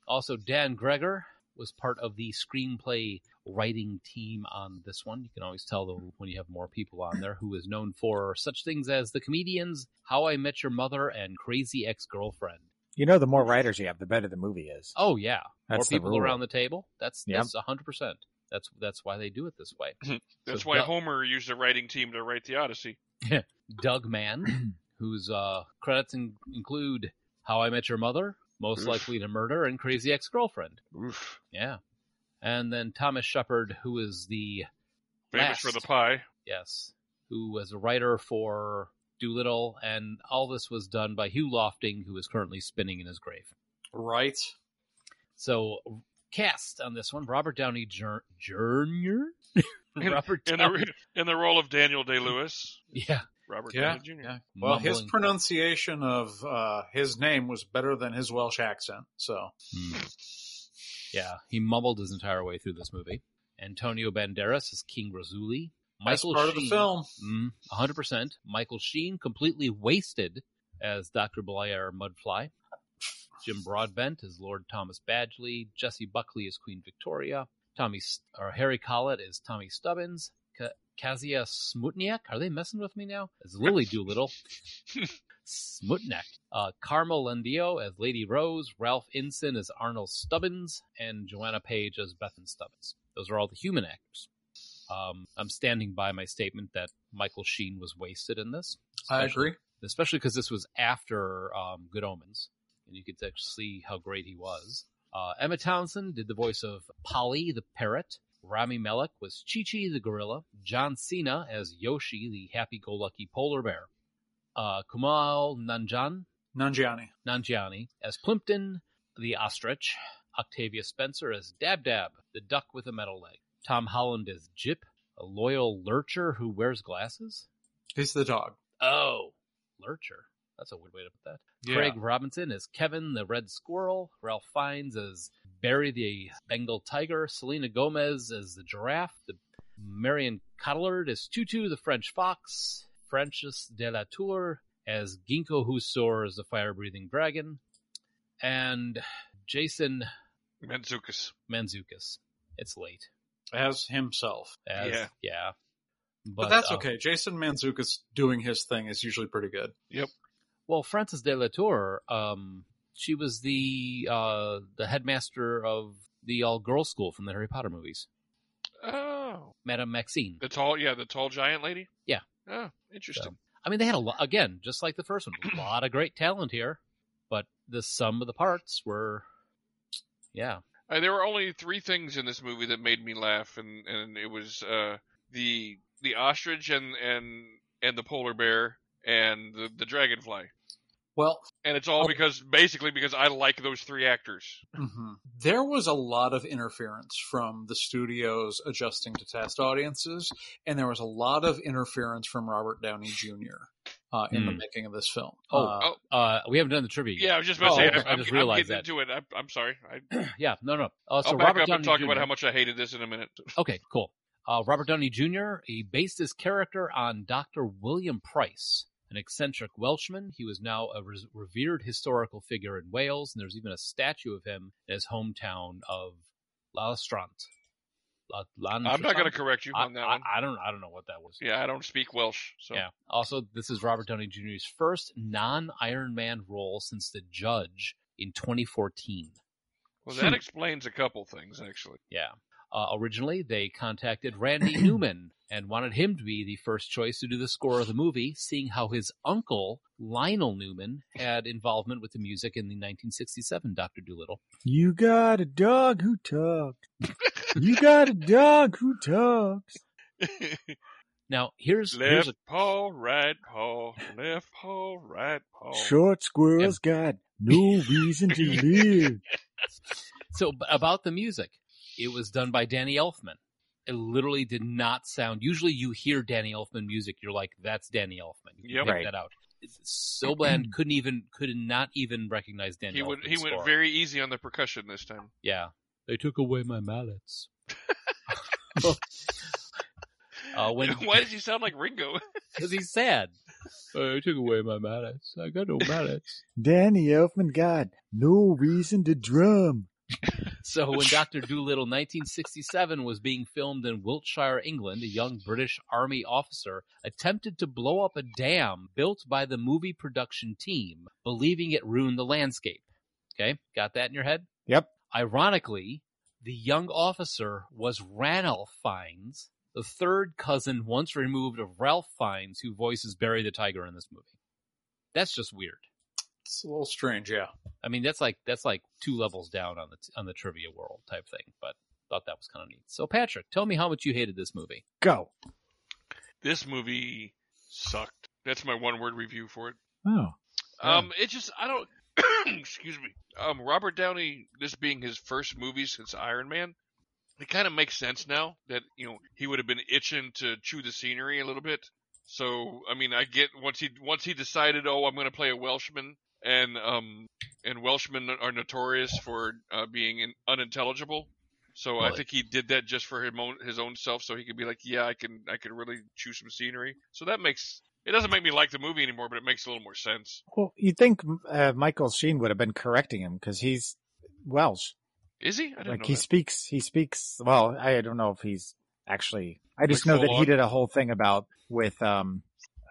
Speaker 3: Also, Dan Gregor was part of the screenplay writing team on this one. You can always tell though when you have more people on there who is known for such things as the comedians How I Met Your Mother and Crazy Ex-Girlfriend.
Speaker 5: You know, the more writers you have, the better the movie is.
Speaker 3: Oh yeah,
Speaker 5: That's the
Speaker 3: more people
Speaker 5: rule.
Speaker 3: around the table. That's
Speaker 5: Yep.
Speaker 3: that's hundred percent. That's that's why they do it this way. So
Speaker 4: That's why
Speaker 3: Doug-
Speaker 4: Homer used a writing team to write the Odyssey.
Speaker 3: Doug Mann, whose uh, credits in- include How I Met Your Mother, Most
Speaker 4: Oof.
Speaker 3: Likely to Murder, and Crazy Ex Girlfriend.
Speaker 4: Oof.
Speaker 3: Yeah. And then Thomas Shepard, who is the
Speaker 4: Famous
Speaker 3: last-
Speaker 4: for the pie.
Speaker 3: Yes. Who was a writer for Doolittle, and all this was done by Hugh Lofting, who is currently spinning in his grave.
Speaker 6: Right.
Speaker 3: So, cast on this one Robert Downey Jr. Jr.? Robert
Speaker 4: in,
Speaker 3: Downey.
Speaker 4: the, in the role of Daniel Day Lewis,
Speaker 3: Yeah.
Speaker 4: Robert
Speaker 6: Yeah.
Speaker 4: Downey Jr.
Speaker 6: yeah. Well, his
Speaker 3: Mumbling.
Speaker 6: pronunciation of uh, his name was better than his Welsh accent. So
Speaker 3: Hmm. Yeah, he mumbled his entire way through this movie. Antonio Banderas is King Razuli.
Speaker 6: that's
Speaker 3: Michael
Speaker 6: part
Speaker 3: Sheen,
Speaker 6: of the film.
Speaker 3: Mm, 100%. Michael Sheen completely wasted as Dr. Blair Mudfly. Jim Broadbent is Lord Thomas Badgley. Jesse Buckley is Queen Victoria. Tommy S- or Harry Collett is Tommy Stubbins. Ka- Kazia Smutniak, are they messing with me now? Is Lily Doolittle. Smutnik. Uh, Carmel Landio as Lady Rose, Ralph Inson as Arnold Stubbins, and Joanna Page as Bethan Stubbins. Those are all the human actors. Um, I'm standing by my statement that Michael Sheen was wasted in this.
Speaker 6: I
Speaker 3: especially-
Speaker 6: agree.
Speaker 3: Especially because this was after um, Good Omens, and you could actually see how great he was. Uh, Emma Townsend did the voice of Polly the parrot. Rami Malek was Chi-Chi the gorilla. John Cena as Yoshi, the happy-go-lucky polar bear. Uh, Kumail Nanjian
Speaker 6: Nanjiani.
Speaker 3: Nanjiani as Plimpton, the ostrich, Octavia Spencer as Dab Dab, the duck with a metal leg, Tom Holland as Jip, a loyal lurcher who wears glasses.
Speaker 6: He's the dog.
Speaker 3: Oh, lurcher. That's a weird way to put that. Craig Robinson as Kevin the Red Squirrel, Ralph Fiennes as Barry the Bengal Tiger, Selena Gomez as the giraffe, the Marion Cotillard as Tutu the French Fox, Francis de la Tour as Ginkgo Husor as the fire breathing dragon, and Jason
Speaker 4: Manzukis.
Speaker 3: Manzukis. It's late.
Speaker 6: as himself.
Speaker 3: As,
Speaker 4: Yeah.
Speaker 6: But, that's
Speaker 3: uh,
Speaker 6: okay. Jason Manzukas doing his thing is usually pretty good.
Speaker 3: Well, Frances de la Tour, um, she was the uh, the headmaster of the all girls school from the Harry Potter movies,
Speaker 4: Oh.
Speaker 3: Madame Maxine.
Speaker 4: The tall, yeah, the tall giant lady?
Speaker 3: Yeah.
Speaker 4: Oh, interesting.
Speaker 3: I mean, they had a lot again, just like the first one, a lot of great talent here, but the sum of the parts were, yeah,
Speaker 4: Uh, there were only three things in this movie that made me laugh, and and it was uh, the the ostrich and and and the polar bear and the, the dragonfly,
Speaker 6: Well,
Speaker 4: and it's all
Speaker 6: Oh.
Speaker 4: because basically because I like those three actors.
Speaker 6: mhm. there was a lot of interference from the studios adjusting to test audiences, and there was a lot of interference from Robert Downey Jr. Uh, in the
Speaker 3: Hmm.
Speaker 6: making of this film.
Speaker 3: Oh,
Speaker 6: Uh,
Speaker 4: oh.
Speaker 3: uh, we haven't done the trivia.
Speaker 4: Yeah, I was just about
Speaker 3: Oh,
Speaker 4: to say.
Speaker 3: okay.
Speaker 4: I'm,
Speaker 3: I just
Speaker 4: I'm
Speaker 3: realized
Speaker 4: getting into
Speaker 3: that.
Speaker 4: it. I'm, I'm sorry. I,
Speaker 3: yet. yeah, no, no. Uh, so
Speaker 4: I'll back
Speaker 3: Robert
Speaker 4: up
Speaker 3: Downey
Speaker 4: and talk about
Speaker 3: Jr.
Speaker 4: how much I hated this in a minute.
Speaker 3: Okay, cool. Uh, Robert Downey Jr., he based his character on Dr. William Price, an eccentric Welshman. He was now a res- revered historical figure in Wales, and there's even a statue of him in his hometown of Lalestrant. La-
Speaker 4: I'm not going to
Speaker 3: Llanstrant?
Speaker 4: correct you
Speaker 3: I,
Speaker 4: on that one.
Speaker 3: I, I don't. I don't know what that was.
Speaker 4: Yeah, I don't speak Welsh, so
Speaker 3: Yeah. Also, this is Robert Downey Jr.'s first non-Iron Man role since The Judge in 2014.
Speaker 4: well that explains a couple things actually.
Speaker 3: Yeah. Uh, originally, they contacted Randy Newman and wanted him to be the first choice to do the score of the movie, seeing how his uncle, Lionel Newman, had involvement with the music in the 1967 Dr. Dolittle.
Speaker 5: You got a dog who talks. you got a dog who talks.
Speaker 3: Now, here's, here's
Speaker 4: left
Speaker 3: a,
Speaker 4: paw, right paw, left paw, right paw.
Speaker 7: Oh.
Speaker 5: Short squirrels got no reason to live.
Speaker 3: so b- about the music. It was done by Danny Elfman. It literally did not sound. Usually, you hear Danny Elfman music, you're like, "That's Danny Elfman." You
Speaker 4: Yep.
Speaker 3: can pick
Speaker 5: Right.
Speaker 3: that out. It's So bland, couldn't even, could not even recognize Danny.
Speaker 4: He went, he
Speaker 3: Elfman's
Speaker 4: went
Speaker 3: score.
Speaker 4: very easy on the percussion this time.
Speaker 3: Yeah. They took away my mallets. uh, when
Speaker 4: Why does he sound like Ringo?
Speaker 3: because he's sad. They took away my mallets. I got no mallets.
Speaker 5: Danny Elfman got no reason to drum.
Speaker 3: So when Doctor Doolittle 1967 was being filmed in Wiltshire, England, a young British Army officer attempted to blow up a dam built by the movie production team, believing it ruined the landscape. Okay, got that in your head?
Speaker 5: Yep.
Speaker 3: Ironically, the young officer was Ranulph Fiennes, the third cousin once removed of Ralph Fiennes, who voices Barry the Tiger in this movie. That's just weird.
Speaker 6: It's a little strange, yeah.
Speaker 3: I mean, that's like that's like two levels down on the on the trivia world type thing. But thought that was kind of neat. So, Patrick, tell me how much you hated this movie.
Speaker 5: Go.
Speaker 4: This movie sucked. That's my one word review for it.
Speaker 5: Oh.
Speaker 4: Um, it just I don't. excuse me. Um, Robert Downey, this being his first movie since Iron Man, it kind of makes sense now that you know he would have been itching to chew the scenery a little bit. So I mean, I get once he once he decided, oh, I'm going to play a Welshman, and um, and Welshmen are notorious for uh, being in, unintelligible. So I
Speaker 3: Right.
Speaker 4: think he did that just for him own, his own self, so he could be like, yeah, I can I can really chew some scenery. So that makes it doesn't make me like the movie anymore, but it makes a little more sense.
Speaker 5: Well, you'd think uh, Michael Sheen would have been correcting him because he's Welsh.
Speaker 4: Is he? I didn't
Speaker 5: Like
Speaker 4: know
Speaker 5: he
Speaker 4: that.
Speaker 5: speaks, he speaks. Well, I don't know if he's actually. I just
Speaker 4: Like
Speaker 5: know that
Speaker 4: full
Speaker 5: he
Speaker 4: on?
Speaker 5: did a whole thing about with um,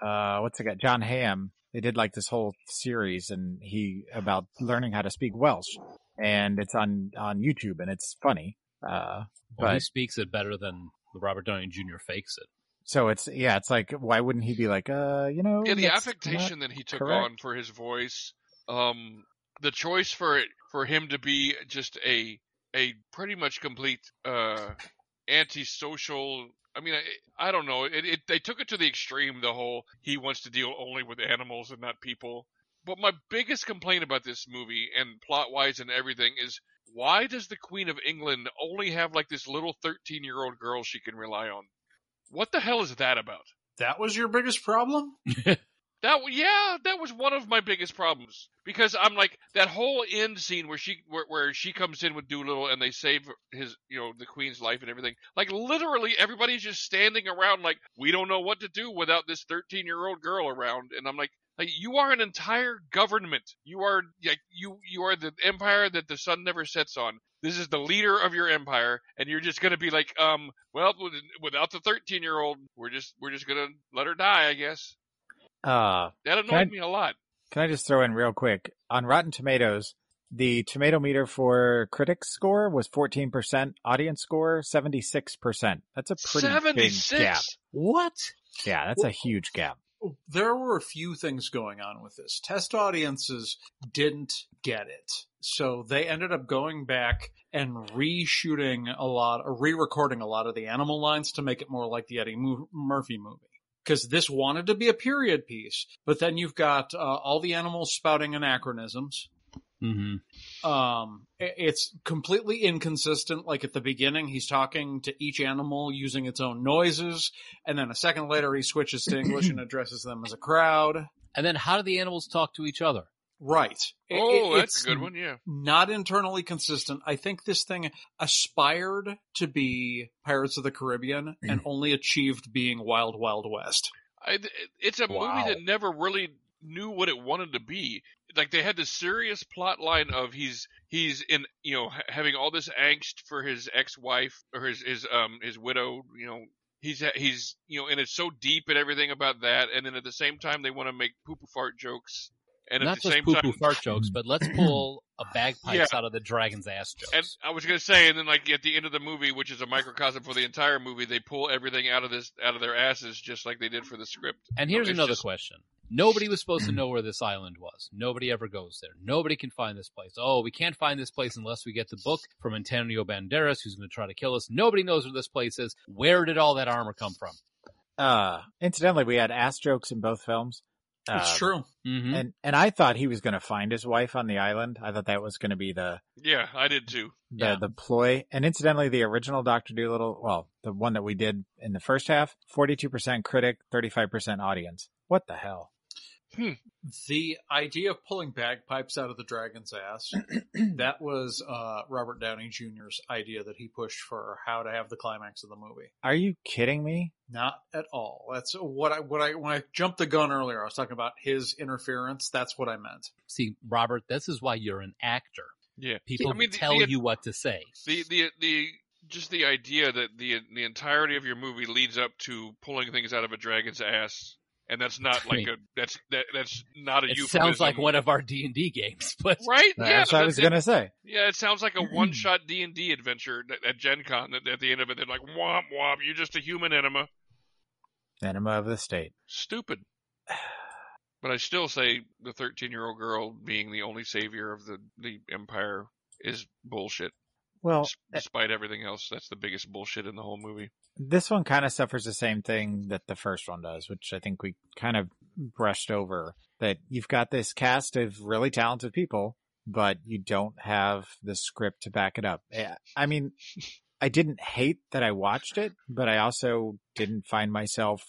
Speaker 5: uh, what's it got? John Hamm. They did like this whole series, and he about learning how to speak Welsh, and it's on on YouTube, and it's funny. Uh,
Speaker 3: Well, he
Speaker 5: But-
Speaker 3: speaks it better than Robert Downey Jr. fakes it.
Speaker 5: so it's yeah, it's like why wouldn't he be like uh, you know,
Speaker 4: yeah, the
Speaker 5: that's
Speaker 4: affectation that he took
Speaker 5: correct.
Speaker 4: on for his voice, um, the choice for it for him to be just a a pretty much complete uh, antisocial. I mean, I, I don't know. It, it they took it to the extreme. The whole he wants to deal only with animals and not people. But my biggest complaint about this movie and plot wise and everything is why does the Queen of England only have like this little thirteen year old girl she can rely on? What the hell is that about?
Speaker 6: That was your biggest problem?
Speaker 4: That w- yeah, that was one of my biggest problems because I'm like that whole end scene where she where, where she comes in with Doolittle and they save his you know the queen's life and everything. Like literally everybody's just standing around like we don't know what to do without this 13 year old girl around, and I'm like. Like you are an entire government. You are like you you are the empire that the sun never sets on. This is the leader of your empire, and you're just gonna be like, um, well, with- without the 13 year old, we're just we're just gonna let her die, I guess.
Speaker 5: Uh,
Speaker 4: That
Speaker 5: Can I-
Speaker 4: annoyed me a lot.
Speaker 5: Can I just throw in real quick on Rotten Tomatoes? The tomato meter for critics score was 14%, audience score 76%. That's a pretty big gap.
Speaker 4: 76?
Speaker 3: What?
Speaker 5: Yeah, that's a huge gap.
Speaker 6: there were a few things going on with this. Test audiences didn't get it. So they ended up going back and reshooting a lot or re-recording a lot of the animal lines to make it more like the Eddie Mu- Murphy movie. Because this wanted to be a period piece, but then you've got uh, all the animals spouting anachronisms.
Speaker 3: Mm-hmm.
Speaker 6: Um, i- it's completely inconsistent. Like at the beginning, he's talking to each animal using its own noises, and then a second later, he switches to English and addresses them as a crowd.
Speaker 3: And then how do the animals talk to each other?
Speaker 6: Right. I-
Speaker 4: Oh,
Speaker 6: i-
Speaker 4: that's a
Speaker 6: it's
Speaker 4: good one. Yeah.
Speaker 6: Not internally consistent. I think this thing aspired to be Pirates of the Caribbean and only achieved being Wild Wild West.
Speaker 4: I, it's a movie that never really knew what it wanted to be. Like they had this serious plot line of he's he's in you know ha- having all this angst for his ex-wife or his his um his widow. You know he's he's you know and it's so deep and everything about that. And then at the same time they want to make poo poo fart jokes. And at
Speaker 3: Not
Speaker 4: the
Speaker 3: just
Speaker 4: same
Speaker 3: poo
Speaker 4: time,
Speaker 3: poo fart jokes, but let's pull a bagpipes out of the dragon's ass
Speaker 4: And
Speaker 3: jokes.
Speaker 4: I was gonna say, and then like at the end of the movie, which is a microcosm for the entire movie, they pull everything out of this out of their asses, just like they did for the script.
Speaker 3: And, here's
Speaker 4: it's
Speaker 3: another
Speaker 4: just-
Speaker 3: question. Nobody was supposed to know where this island was. Nobody ever goes there. Nobody can find this place. Oh, we can't find this place unless we get the book from Antonio Banderas, who's going to try to kill us. Nobody knows where this place is. Where did all that armor come from?
Speaker 5: Uh, incidentally, we had ass jokes in both films.
Speaker 6: It's
Speaker 5: Um,
Speaker 6: true.
Speaker 3: Mm-hmm.
Speaker 5: And, and I thought he was going to find his wife on the island. I thought that was going to be the,
Speaker 4: Yeah, I did too.
Speaker 5: the,
Speaker 3: Yeah.
Speaker 5: the ploy. And incidentally, the original Dr. Doolittle, well, the one that we did in the first half, 42% critic, 35% audience. What the hell?
Speaker 6: The idea of pulling bagpipes out of the dragon's ass, that was uh, Robert Downey Jr.'s idea that he pushed for how to have the climax of the movie.
Speaker 5: Are you kidding me?
Speaker 6: Not at all. That's what I what I when I jumped the gun earlier. I was talking about his interference. That's what I meant.
Speaker 3: See, Robert, this is why you're an actor.
Speaker 4: Yeah.
Speaker 3: People
Speaker 4: I mean, the-
Speaker 3: tell
Speaker 4: the-
Speaker 3: you what to say.
Speaker 4: the the the just the idea that the the entirety of your movie leads up to pulling things out of a dragon's ass, and that's not like a that's that that's not a
Speaker 3: It
Speaker 4: euphemism.
Speaker 3: sounds like one of our D and D games, but
Speaker 4: right? yeah,
Speaker 5: That's what I was
Speaker 4: that-
Speaker 5: gonna say.
Speaker 4: Yeah, it sounds like a one shot D and D adventure at- at Gen Con. That at the end of it, they're like womp womp. You're just a human enema.
Speaker 5: Enema of the state.
Speaker 4: Stupid. But I still say the 13 year old girl being the only savior of the the empire is bullshit.
Speaker 5: Well,
Speaker 4: S- despite everything else, that's the biggest bullshit in the whole movie.
Speaker 5: this one kind of suffers the same thing that the first one does, which I think we kind of brushed over that you've got this cast of really talented people, but you don't have the script to back it up. I- I mean, I didn't hate that I watched it, but I also didn't find myself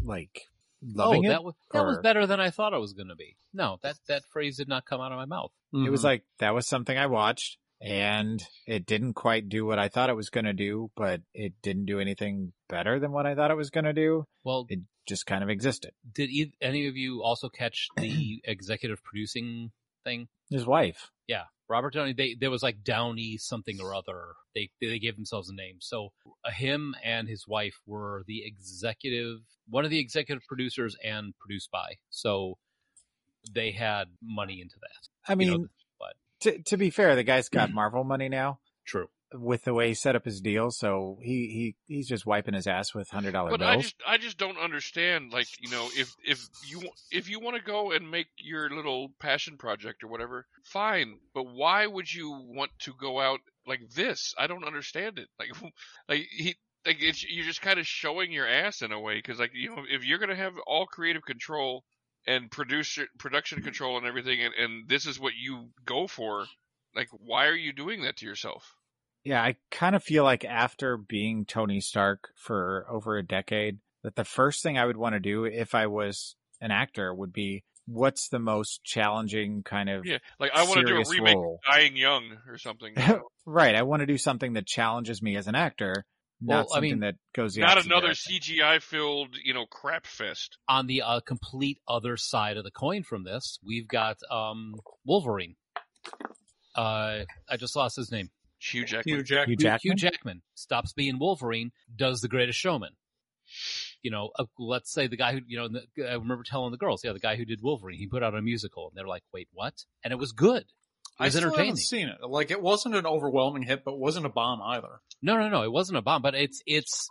Speaker 5: like loving
Speaker 3: oh,
Speaker 5: it.
Speaker 3: that was that was
Speaker 5: or-
Speaker 3: better than I thought it was going to be. No, that that phrase did not come out of my mouth.
Speaker 5: It
Speaker 4: Mm-hmm.
Speaker 5: was like that was something I watched and it didn't quite do what I thought it was going to do, but it didn't do anything better than what I thought it was going to do.
Speaker 3: well,
Speaker 5: It just kind of existed.
Speaker 3: did e- any of you also catch the executive producing thing?
Speaker 5: His wife.
Speaker 3: Yeah, Robert Downey. They there was like Downey something or other. They they gave themselves a name. So uh, him and his wife were the executive, one of the executive producers, and produced by. So they had money into that.
Speaker 5: I mean,
Speaker 3: You know, but-
Speaker 5: to to be fair, the guy's got Marvel money now
Speaker 3: True.
Speaker 5: with the way he set up his deal, so he he he's just wiping his ass with hundred dollar
Speaker 4: But I
Speaker 5: bills.
Speaker 4: just I just don't understand. Like you know, if if you if you want to go and make your little passion project or whatever, fine. But why would you want to go out like this? I don't understand it. Like like he. Like it's, you're just kind of showing your ass in a way, because like you know, if you're gonna have all creative control and producer production control and everything, and, and this is what you go for, like why are you doing that to yourself?
Speaker 5: Yeah, I kind of feel like after being Tony Stark for over a decade, that the first thing I would want to do if I was an actor would be what's the most challenging kind of
Speaker 4: Yeah, like I want to do a
Speaker 5: serious
Speaker 4: remake,
Speaker 5: role.
Speaker 4: of Dying Young or something. you know?
Speaker 5: right. I want to do something that challenges me as an actor, not
Speaker 3: Well, I
Speaker 5: something
Speaker 3: mean,
Speaker 5: that goes the
Speaker 4: not
Speaker 5: opposite
Speaker 4: another
Speaker 5: direction.
Speaker 4: CGI filled, you know, crap fest.
Speaker 3: On the uh, complete other side of the coin from this, we've got um, Wolverine. Uh, I just lost his name.
Speaker 4: Hugh Jackman.
Speaker 6: Hugh Jack.
Speaker 5: Hugh
Speaker 3: Hugh
Speaker 5: Jackman?
Speaker 3: Jackman stops being Wolverine, does the Greatest Showman. You know, uh, let's say the guy who, you know, and the, I remember telling the girls, yeah, the guy who did Wolverine, he put out a musical, and they're like, wait, what? And it was good. It
Speaker 6: I
Speaker 3: was
Speaker 6: still
Speaker 3: entertaining.
Speaker 6: haven't seen it. Like it wasn't an overwhelming hit, but wasn't a bomb either.
Speaker 3: No, no, no, it wasn't a bomb, but it's it's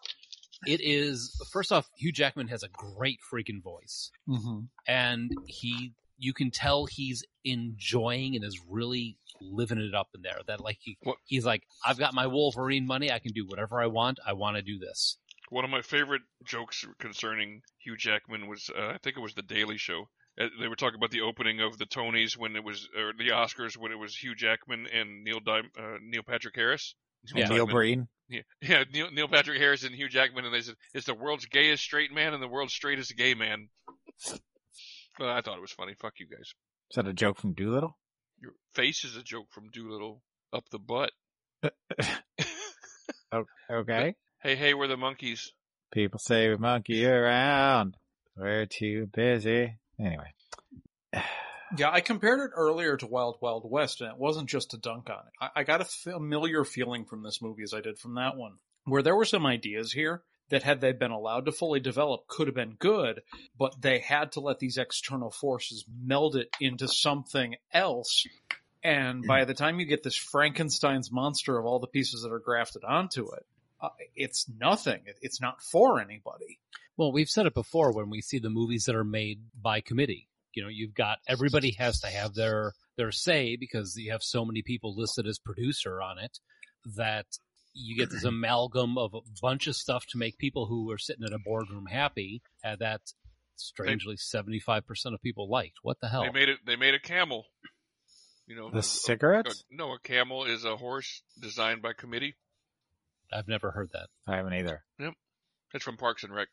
Speaker 3: it is. First off, Hugh Jackman has a great freaking voice.
Speaker 6: Mm-hmm.
Speaker 3: and he you can tell he's enjoying and is really living it up in there that like he,
Speaker 4: What-
Speaker 3: he's like i've got my wolverine money i can do whatever i want i want to do this
Speaker 4: One of my favorite jokes concerning Hugh Jackman was, uh, I think it was The Daily Show. Uh, They were talking about the opening of the Tonys when it was, or the Oscars when it was Hugh Jackman and Neil Dim- uh, Neil Patrick Harris.
Speaker 3: Yeah.
Speaker 5: Neil
Speaker 4: Talking about-
Speaker 5: Breen.
Speaker 4: Yeah, yeah, Neil, Neil Patrick Harris and Hugh Jackman, and they said it's the world's gayest straight man and the world's straightest gay man. Uh, I thought it was funny. Fuck you guys.
Speaker 5: Is that a joke from Doolittle?
Speaker 4: Your face is a joke from Doolittle up the butt.
Speaker 5: O- Okay.
Speaker 4: Hey, hey, we're the monkeys.
Speaker 5: People say we monkey around. We're too busy. Anyway,
Speaker 6: Yeah, I compared it earlier to Wild Wild West, and it wasn't just to dunk on it. I, I got a familiar feeling from this movie as I did from that one, where there were some ideas here that, had they been allowed to fully develop, could have been good, but they had to let these external forces meld it into something else. And by the time you get this Frankenstein's monster of all the pieces that are grafted onto it, uh, it's nothing. It- It's not for anybody.
Speaker 3: well we've said it before when we see the movies that are made by committee you know you've got everybody has to have their their say because you have so many people listed as producer on it that you get this amalgam of a bunch of stuff to make people who are sitting in a boardroom happy and that strangely 75% of people liked what the hell
Speaker 5: Oh.
Speaker 4: They made it. They made a camel. You know,
Speaker 5: the
Speaker 4: a-
Speaker 5: cigarettes?
Speaker 4: no, a camel is a horse designed by committee.
Speaker 3: I've never heard that.
Speaker 5: I haven't either.
Speaker 4: That's from Parks and Rec.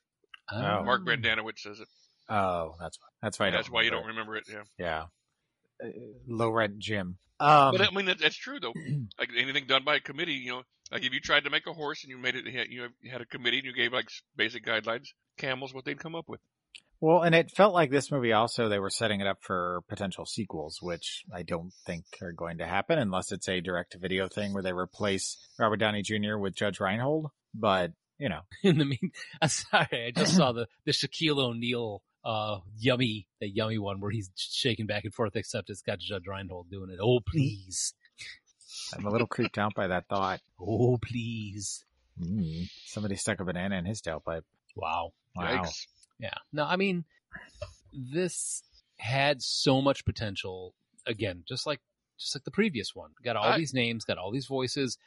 Speaker 5: Oh.
Speaker 4: Mark Brandanowitz says it.
Speaker 5: Oh, that's that's why. I
Speaker 4: That's
Speaker 5: don't
Speaker 4: why you don't
Speaker 5: remember
Speaker 4: remember it. Yeah,
Speaker 5: it. Yeah. Uh, low rent Jim. Um,
Speaker 4: but I mean that, that's true though. Like anything done by a committee, you know, like if you tried to make a horse and you made it, you had- you had a committee and you gave like s- basic guidelines. Camels, what they'd come up with.
Speaker 5: Well, and it felt like this movie also they were setting it up for potential sequels, which I don't think are going to happen unless it's a direct to video thing where they replace Robert Downey Jr. with Judge Reinhold. But you know,
Speaker 3: in the mean, I'm sorry, I just saw the the Shaquille O'Neal uh yummy the yummy one where he's shaking back and forth, except it's got Judge Reinhold doing it. Oh please,
Speaker 5: I'm a little creeped out by that thought.
Speaker 3: Oh please,
Speaker 5: Mm, somebody stuck a banana in his tailpipe.
Speaker 3: Wow,
Speaker 5: wow,
Speaker 4: Yikes.
Speaker 3: yeah. No, I mean, this had so much potential. Again, just like just like the previous one, got all
Speaker 4: I-
Speaker 3: these names, got all these voices.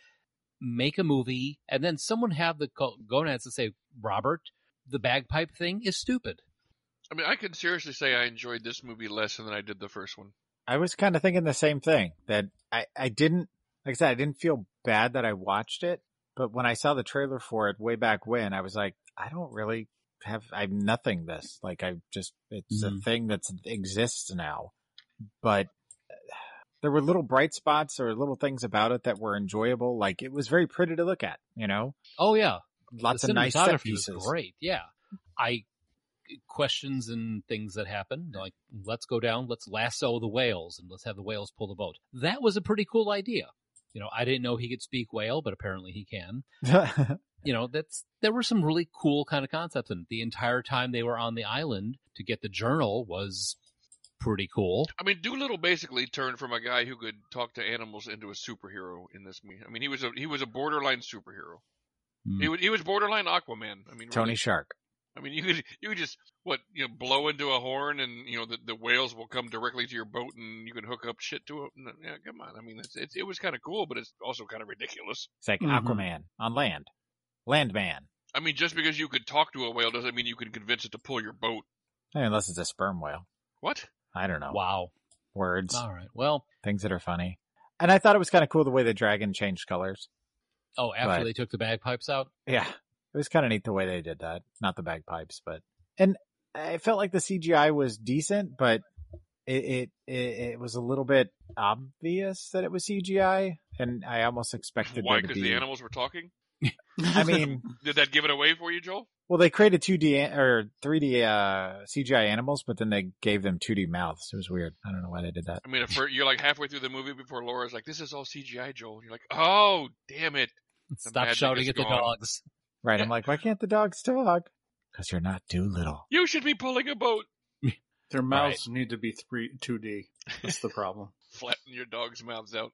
Speaker 3: Make a movie, and then someone have the go- gonads to say, Robert, the bagpipe thing is stupid.
Speaker 4: I mean, I can seriously say I enjoyed this movie less than I did the first one.
Speaker 5: I was kind of thinking the same thing that I, I didn't, like I said, I didn't feel bad that I watched it, but when I saw the trailer for it way back when, I was like, I don't really have, I'm nothing this. Like I just, it's a
Speaker 3: Mhm.
Speaker 5: thing that exists now, but uh, there were little bright spots or little things about it that were enjoyable. Like it was very pretty to look at, you know,
Speaker 3: Oh yeah,
Speaker 5: lots
Speaker 3: the
Speaker 5: of nice set
Speaker 3: cinematography was
Speaker 5: pieces.
Speaker 3: great. Yeah, I eh, questions and things that happened, like let's go down, let's lasso the whales, and let's have the whales pull the boat. That was a pretty cool idea. You know, I didn't know he could speak whale, but apparently he can. You know, that's there were some really cool kind of concepts, and the entire time they were on the island to get the journal was pretty cool.
Speaker 4: I mean, Doolittle basically turned from a guy who could talk to animals into a superhero in this movie. I mean, he was a he was a borderline superhero.
Speaker 3: Hmm.
Speaker 4: He was he was borderline Aquaman. I mean,
Speaker 5: Tony
Speaker 4: really.
Speaker 5: Shark.
Speaker 4: I mean, you could you could just what you know blow into a horn and you know the, the whales will come directly to your boat and you can hook up shit to it. No, Yeah, come on. I mean, it's, it's it was kind of cool, but it's also kind of ridiculous.
Speaker 5: It's like
Speaker 3: Mhm.
Speaker 5: Aquaman on land, landman,
Speaker 4: I mean, just because you could talk to a whale doesn't mean you can convince it to pull your boat.
Speaker 5: unless it's a sperm whale.
Speaker 4: What?
Speaker 5: I don't know.
Speaker 3: Wow.
Speaker 5: Words.
Speaker 3: All right. Well,
Speaker 5: things that are funny. And I thought it was kind of cool the way the dragon changed colors.
Speaker 3: oh, after
Speaker 5: But-
Speaker 3: they took the bagpipes out,
Speaker 5: Yeah. It was kind of neat the way they did that. Not the bagpipes, but and I felt like the CGI was decent, but it it it, it was a little bit obvious that it was CGI, and I almost expected
Speaker 4: Why?
Speaker 5: there to
Speaker 4: Because
Speaker 5: be.
Speaker 4: the animals were talking.
Speaker 5: I mean,
Speaker 4: Did that give it away for you, Joel?
Speaker 5: well, they created two D or three D uh, CGI animals, but then they gave them two D mouths. It was weird. I don't know why they did that.
Speaker 4: I mean, if we're- you're like halfway through the movie before Laura's like, "This is all CGI, Joel." And you're like, "Oh, damn it!"
Speaker 3: stop
Speaker 4: magic
Speaker 3: shouting
Speaker 4: is
Speaker 3: at the
Speaker 4: gone.
Speaker 3: dogs.
Speaker 5: Right? I'm like, why can't the dogs talk? Because you're not Doolittle.
Speaker 4: You should be pulling a boat.
Speaker 6: Their mouths need to be three two D. That's the problem.
Speaker 4: Flatten your dog's mouths out.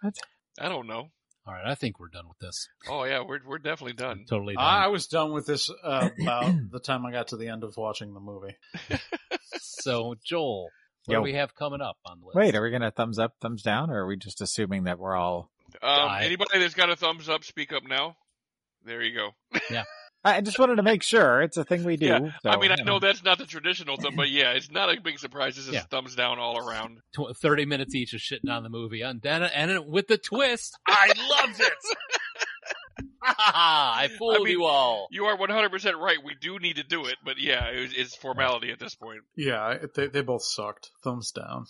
Speaker 5: What?
Speaker 4: I don't know.
Speaker 3: All right, I think we're done with this.
Speaker 4: Oh yeah, we're we're definitely done.
Speaker 3: Totally done.
Speaker 6: I I was done with this uh, about the time I got to the end of watching the movie.
Speaker 3: So, Joel, what
Speaker 5: Yo.
Speaker 3: do we have coming up on the list?
Speaker 5: Wait, are we gonna thumbs up, thumbs down, or are we just assuming that we're all
Speaker 4: Um,
Speaker 3: I-
Speaker 4: anybody that's got a thumbs up, speak up now. There you go.
Speaker 5: I I just wanted to make sure it's a thing we do.
Speaker 4: Yeah,
Speaker 5: so,
Speaker 4: I mean, I
Speaker 5: you
Speaker 4: know that's not the traditional thumb, but yeah, it's not a big surprise. It's just
Speaker 3: Yeah.
Speaker 4: thumbs down all around.
Speaker 3: Tw- Thirty minutes each of shitting on the movie, and then and it- with the twist,
Speaker 4: I loved it.
Speaker 3: I fooled
Speaker 4: mean-
Speaker 3: you all.
Speaker 4: You are 100% right. We do need to do it, but yeah, it's, it's formality at this point.
Speaker 6: Yeah, I- they they both sucked. Thumbs down.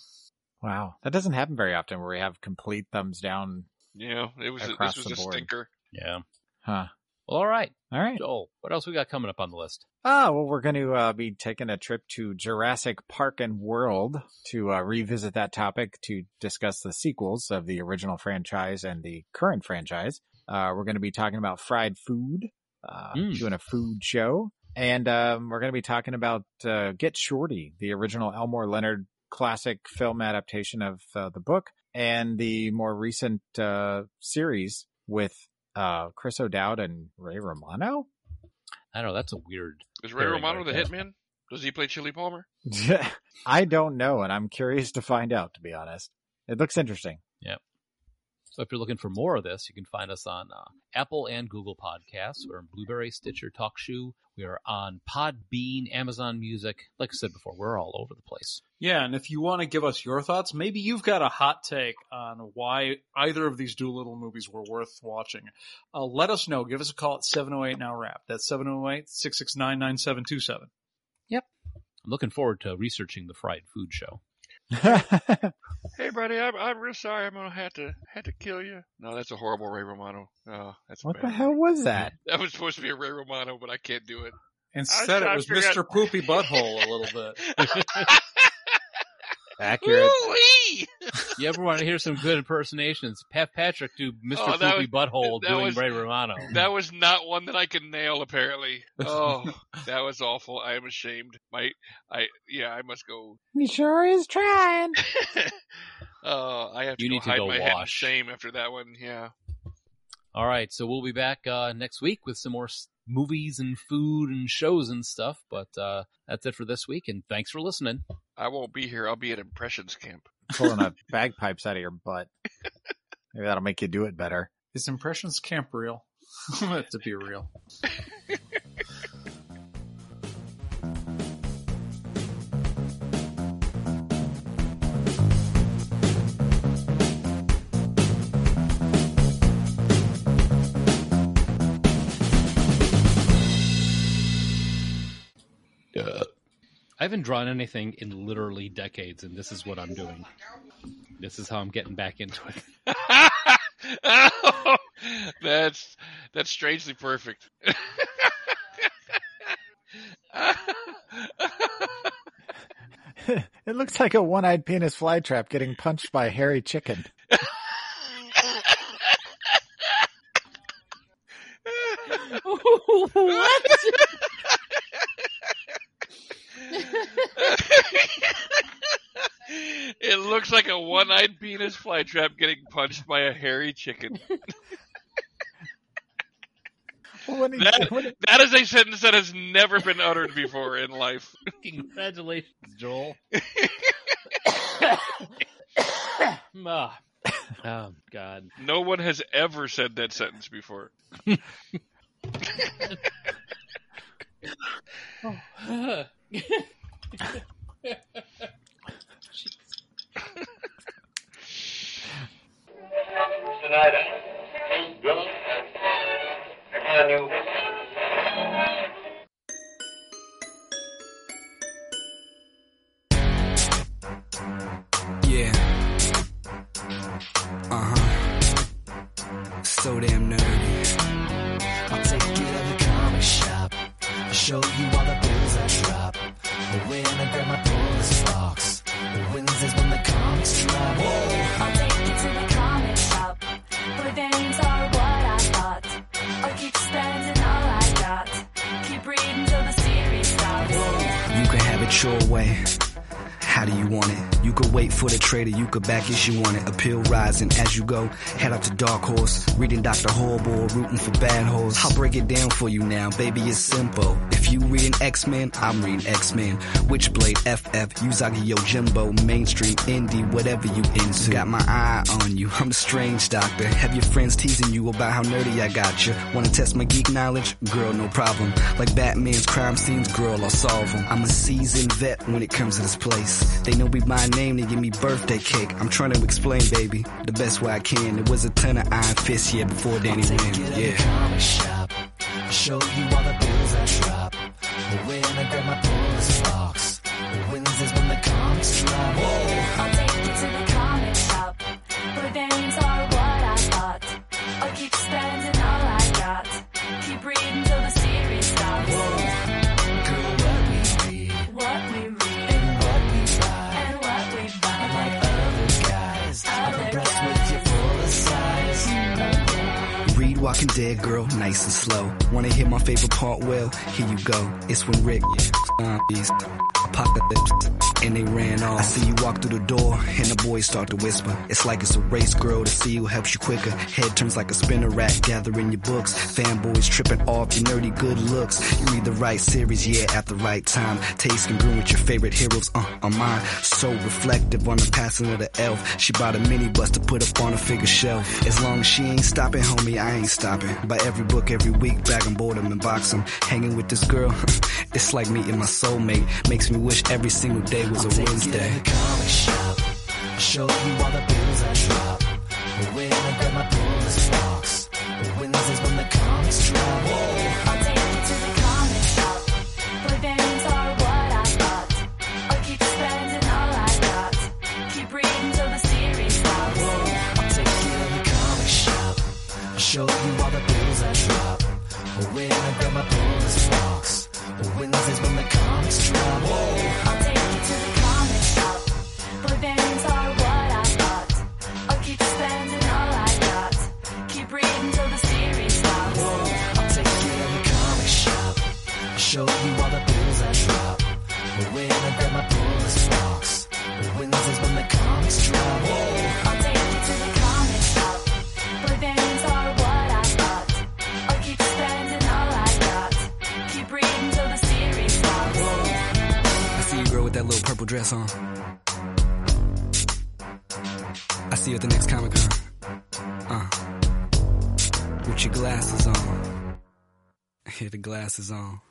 Speaker 5: Wow, that doesn't happen very often where we have complete thumbs down.
Speaker 4: Yeah, it was. A,
Speaker 5: Across
Speaker 4: this was
Speaker 5: the
Speaker 4: a
Speaker 5: board.
Speaker 4: stinker.
Speaker 3: Yeah.
Speaker 5: Huh.
Speaker 3: Well, all right,
Speaker 5: All right.
Speaker 3: Joel. What else we got coming up on the list?
Speaker 5: Ah, well, we're going to uh, be taking a trip to Jurassic Park and World to uh, revisit that topic to discuss the sequels of the original franchise and the current franchise. Uh, we're going to be talking about fried food, uh,
Speaker 3: Mm.
Speaker 5: doing a food show, and um, we're going to be talking about uh, Get Shorty, the original Elmore Leonard classic film adaptation of uh, the book, and the more recent uh, series with uh, Chris O'Dowd and Ray Romano.
Speaker 3: I don't know that's a weird.
Speaker 4: Is Ray
Speaker 3: Very
Speaker 4: Romano the
Speaker 3: good.
Speaker 4: hitman? Does he play Chili Palmer?
Speaker 5: I don't know, and I'm curious to find out, to be honest. It looks interesting.
Speaker 3: So if you're looking for more of this, you can find us on uh, Apple and Google Podcasts. We're on Blueberry, Stitcher, TalkShoe. We are on Podbean, Amazon Music. Like I said before, we're all over the place.
Speaker 6: Yeah, and if you want to give us your thoughts, maybe you've got a hot take on why either of these Doolittle movies were worth watching. Uh, let us know. Give us a call at 708 Now Rap. That's 708 669 9727.
Speaker 3: I'm looking forward to researching the fried food show.
Speaker 4: Hey, buddy, I'm, I'm real sorry. I'm gonna have to have to kill you. No, that's a horrible Ray Romano. Oh, that's
Speaker 5: what
Speaker 4: bad.
Speaker 5: the hell was that?
Speaker 4: That was supposed to be a Ray Romano, but I can't do it.
Speaker 6: Instead, it was Mr. Poopy Butthole a little bit.
Speaker 7: Accurate.
Speaker 11: you ever want to hear some good impersonations? Pat Patrick do Mr.
Speaker 4: Oh, that
Speaker 11: Poopy Butthole
Speaker 4: that
Speaker 11: doing
Speaker 4: was-
Speaker 11: Ray Romano.
Speaker 4: That was not one that I can nail. Apparently, oh, that was awful. I am ashamed. My, I yeah, I must go.
Speaker 5: He sure is trying.
Speaker 4: Oh, I have to
Speaker 11: You
Speaker 4: go
Speaker 11: need to
Speaker 4: hide
Speaker 11: go
Speaker 4: my head in
Speaker 11: wash.
Speaker 4: shame after that one. Yeah.
Speaker 11: All right, so we'll be back uh, next week with some more s- movies and food and shows and stuff. But uh, that's it for this week, and thanks for listening.
Speaker 4: I won't be here. I'll be at impressions camp.
Speaker 5: Pulling up bagpipes out of your butt. Maybe that'll make you do it better.
Speaker 6: Is impressions camp real? I'm gonna have to be real.
Speaker 11: I haven't drawn anything in literally decades, and this is what I'm doing. This is how I'm getting back into it.
Speaker 4: Oh, that's that's strangely perfect.
Speaker 5: It looks like a one-eyed penis flytrap getting punched by a hairy chicken.
Speaker 1: what?
Speaker 4: it looks like a one-eyed penis flytrap getting punched by a hairy chicken.
Speaker 5: Well, when he,
Speaker 4: That,
Speaker 5: when he-
Speaker 4: that is a sentence that has never been uttered before in life.
Speaker 11: Congratulations, Joel. Ah. Oh, God.
Speaker 4: No one has ever said that sentence before.
Speaker 12: Tonight, Bill, I knew.
Speaker 8: Yeah. Uh
Speaker 9: Uh-huh.
Speaker 8: huh. So damn nerdy.
Speaker 9: I'll take you to the comic shop. I'll show you all the bills I drop. When I grab my bonus box. Wednesdays when the comics drop.
Speaker 10: I'll take you to the comic shop. Where names are what I thought. I'll keep spending all I got. Keep reading till the series stops.
Speaker 8: You can have it your way. How do you want it? You could wait for the trader, you could back issue on it. Appeal rising as you go. Head out to Dark Horse, reading Dr. Horrible, rooting for bad hoes. I'll break it down for you now, baby, it's simple. If you reading X-Men, I'm reading X-Men. Witchblade, FF, Uzagi Yojimbo, mainstream, indie, whatever you into. Got my eye on you, I'm the strange doctor. Have your friends teasing you about how nerdy I got you. Wanna test my geek knowledge? Girl, no problem. Like Batman's crime scenes, girl, I'll solve them. I'm a seasoned vet when it comes to this place. They know me by name, they give me birthday cake. I'm trying to explain, baby, the best way I can. There was a ton of Iron Fist here before Danny Rand,
Speaker 9: the
Speaker 8: yeah.
Speaker 9: comic shop. Show you all the bills I drop. When I grab my bonus box. Wednesdays when the comics drop.
Speaker 10: I'll take you to the comic shop. Where names are what I thought. I'll keep spending all I got. Keep reading till the series stops.
Speaker 9: Girl, what we read.
Speaker 10: What we read and
Speaker 9: what we buy.
Speaker 10: And what we buy.
Speaker 9: Like other guys. I'm impressed with your full size.
Speaker 8: Read Walking Dead, girl, nice and slow. Wanna hear my favorite part? Well, here you go. It's when Rick, zombies, apocalypse, and they ran off. I see you walk through the door, and the boys start to whisper. It's like it's a race, girl, to see who helps you quicker. Head turns like a spinner rack, gathering your books. Fanboys tripping off your nerdy good looks. You read the right series, yeah, at the right time. Taste congruent with your favorite heroes, uh, on mine. So reflective on the passing of the elf. She bought a minibus to put up on a figure shelf. As long as she ain't stopping, homie, I ain't stopping. Buy every book every week, bag and board 'em and box 'em. Hanging with this girl, it's like meeting my soulmate. Makes me wish every single day was a Wednesday.
Speaker 9: comic shop. Show you all the bills I drop. When I grab my bonus box. Wednesdays when the comics drop.
Speaker 10: I'll take you to the comic shop. Where names are what I thought. I'll keep spending all I got. Keep reading till the series stops.
Speaker 9: I'll take you to the comic shop. I'll show you all the bills I drop. When I grab my bonus box.
Speaker 8: The wins is when the comics drop.
Speaker 10: I'll take you to the comic shop. Boy bands are what I thought. I'll keep spending all I got. Keep reading till the series stops.
Speaker 8: I'll take you to the comic shop. I'll show you all the bills I drop. The win I grab my Polaris box. The wins is when the comics drop.
Speaker 10: I'll take you to the comic shop. Boy bands are what I thought. I'll keep spending all I got. Keep reading till the series stops.
Speaker 13: I see you girl with that little purple dress on. I see you at the next Comic Con. Uh. With your glasses on. Yeah, the glasses on.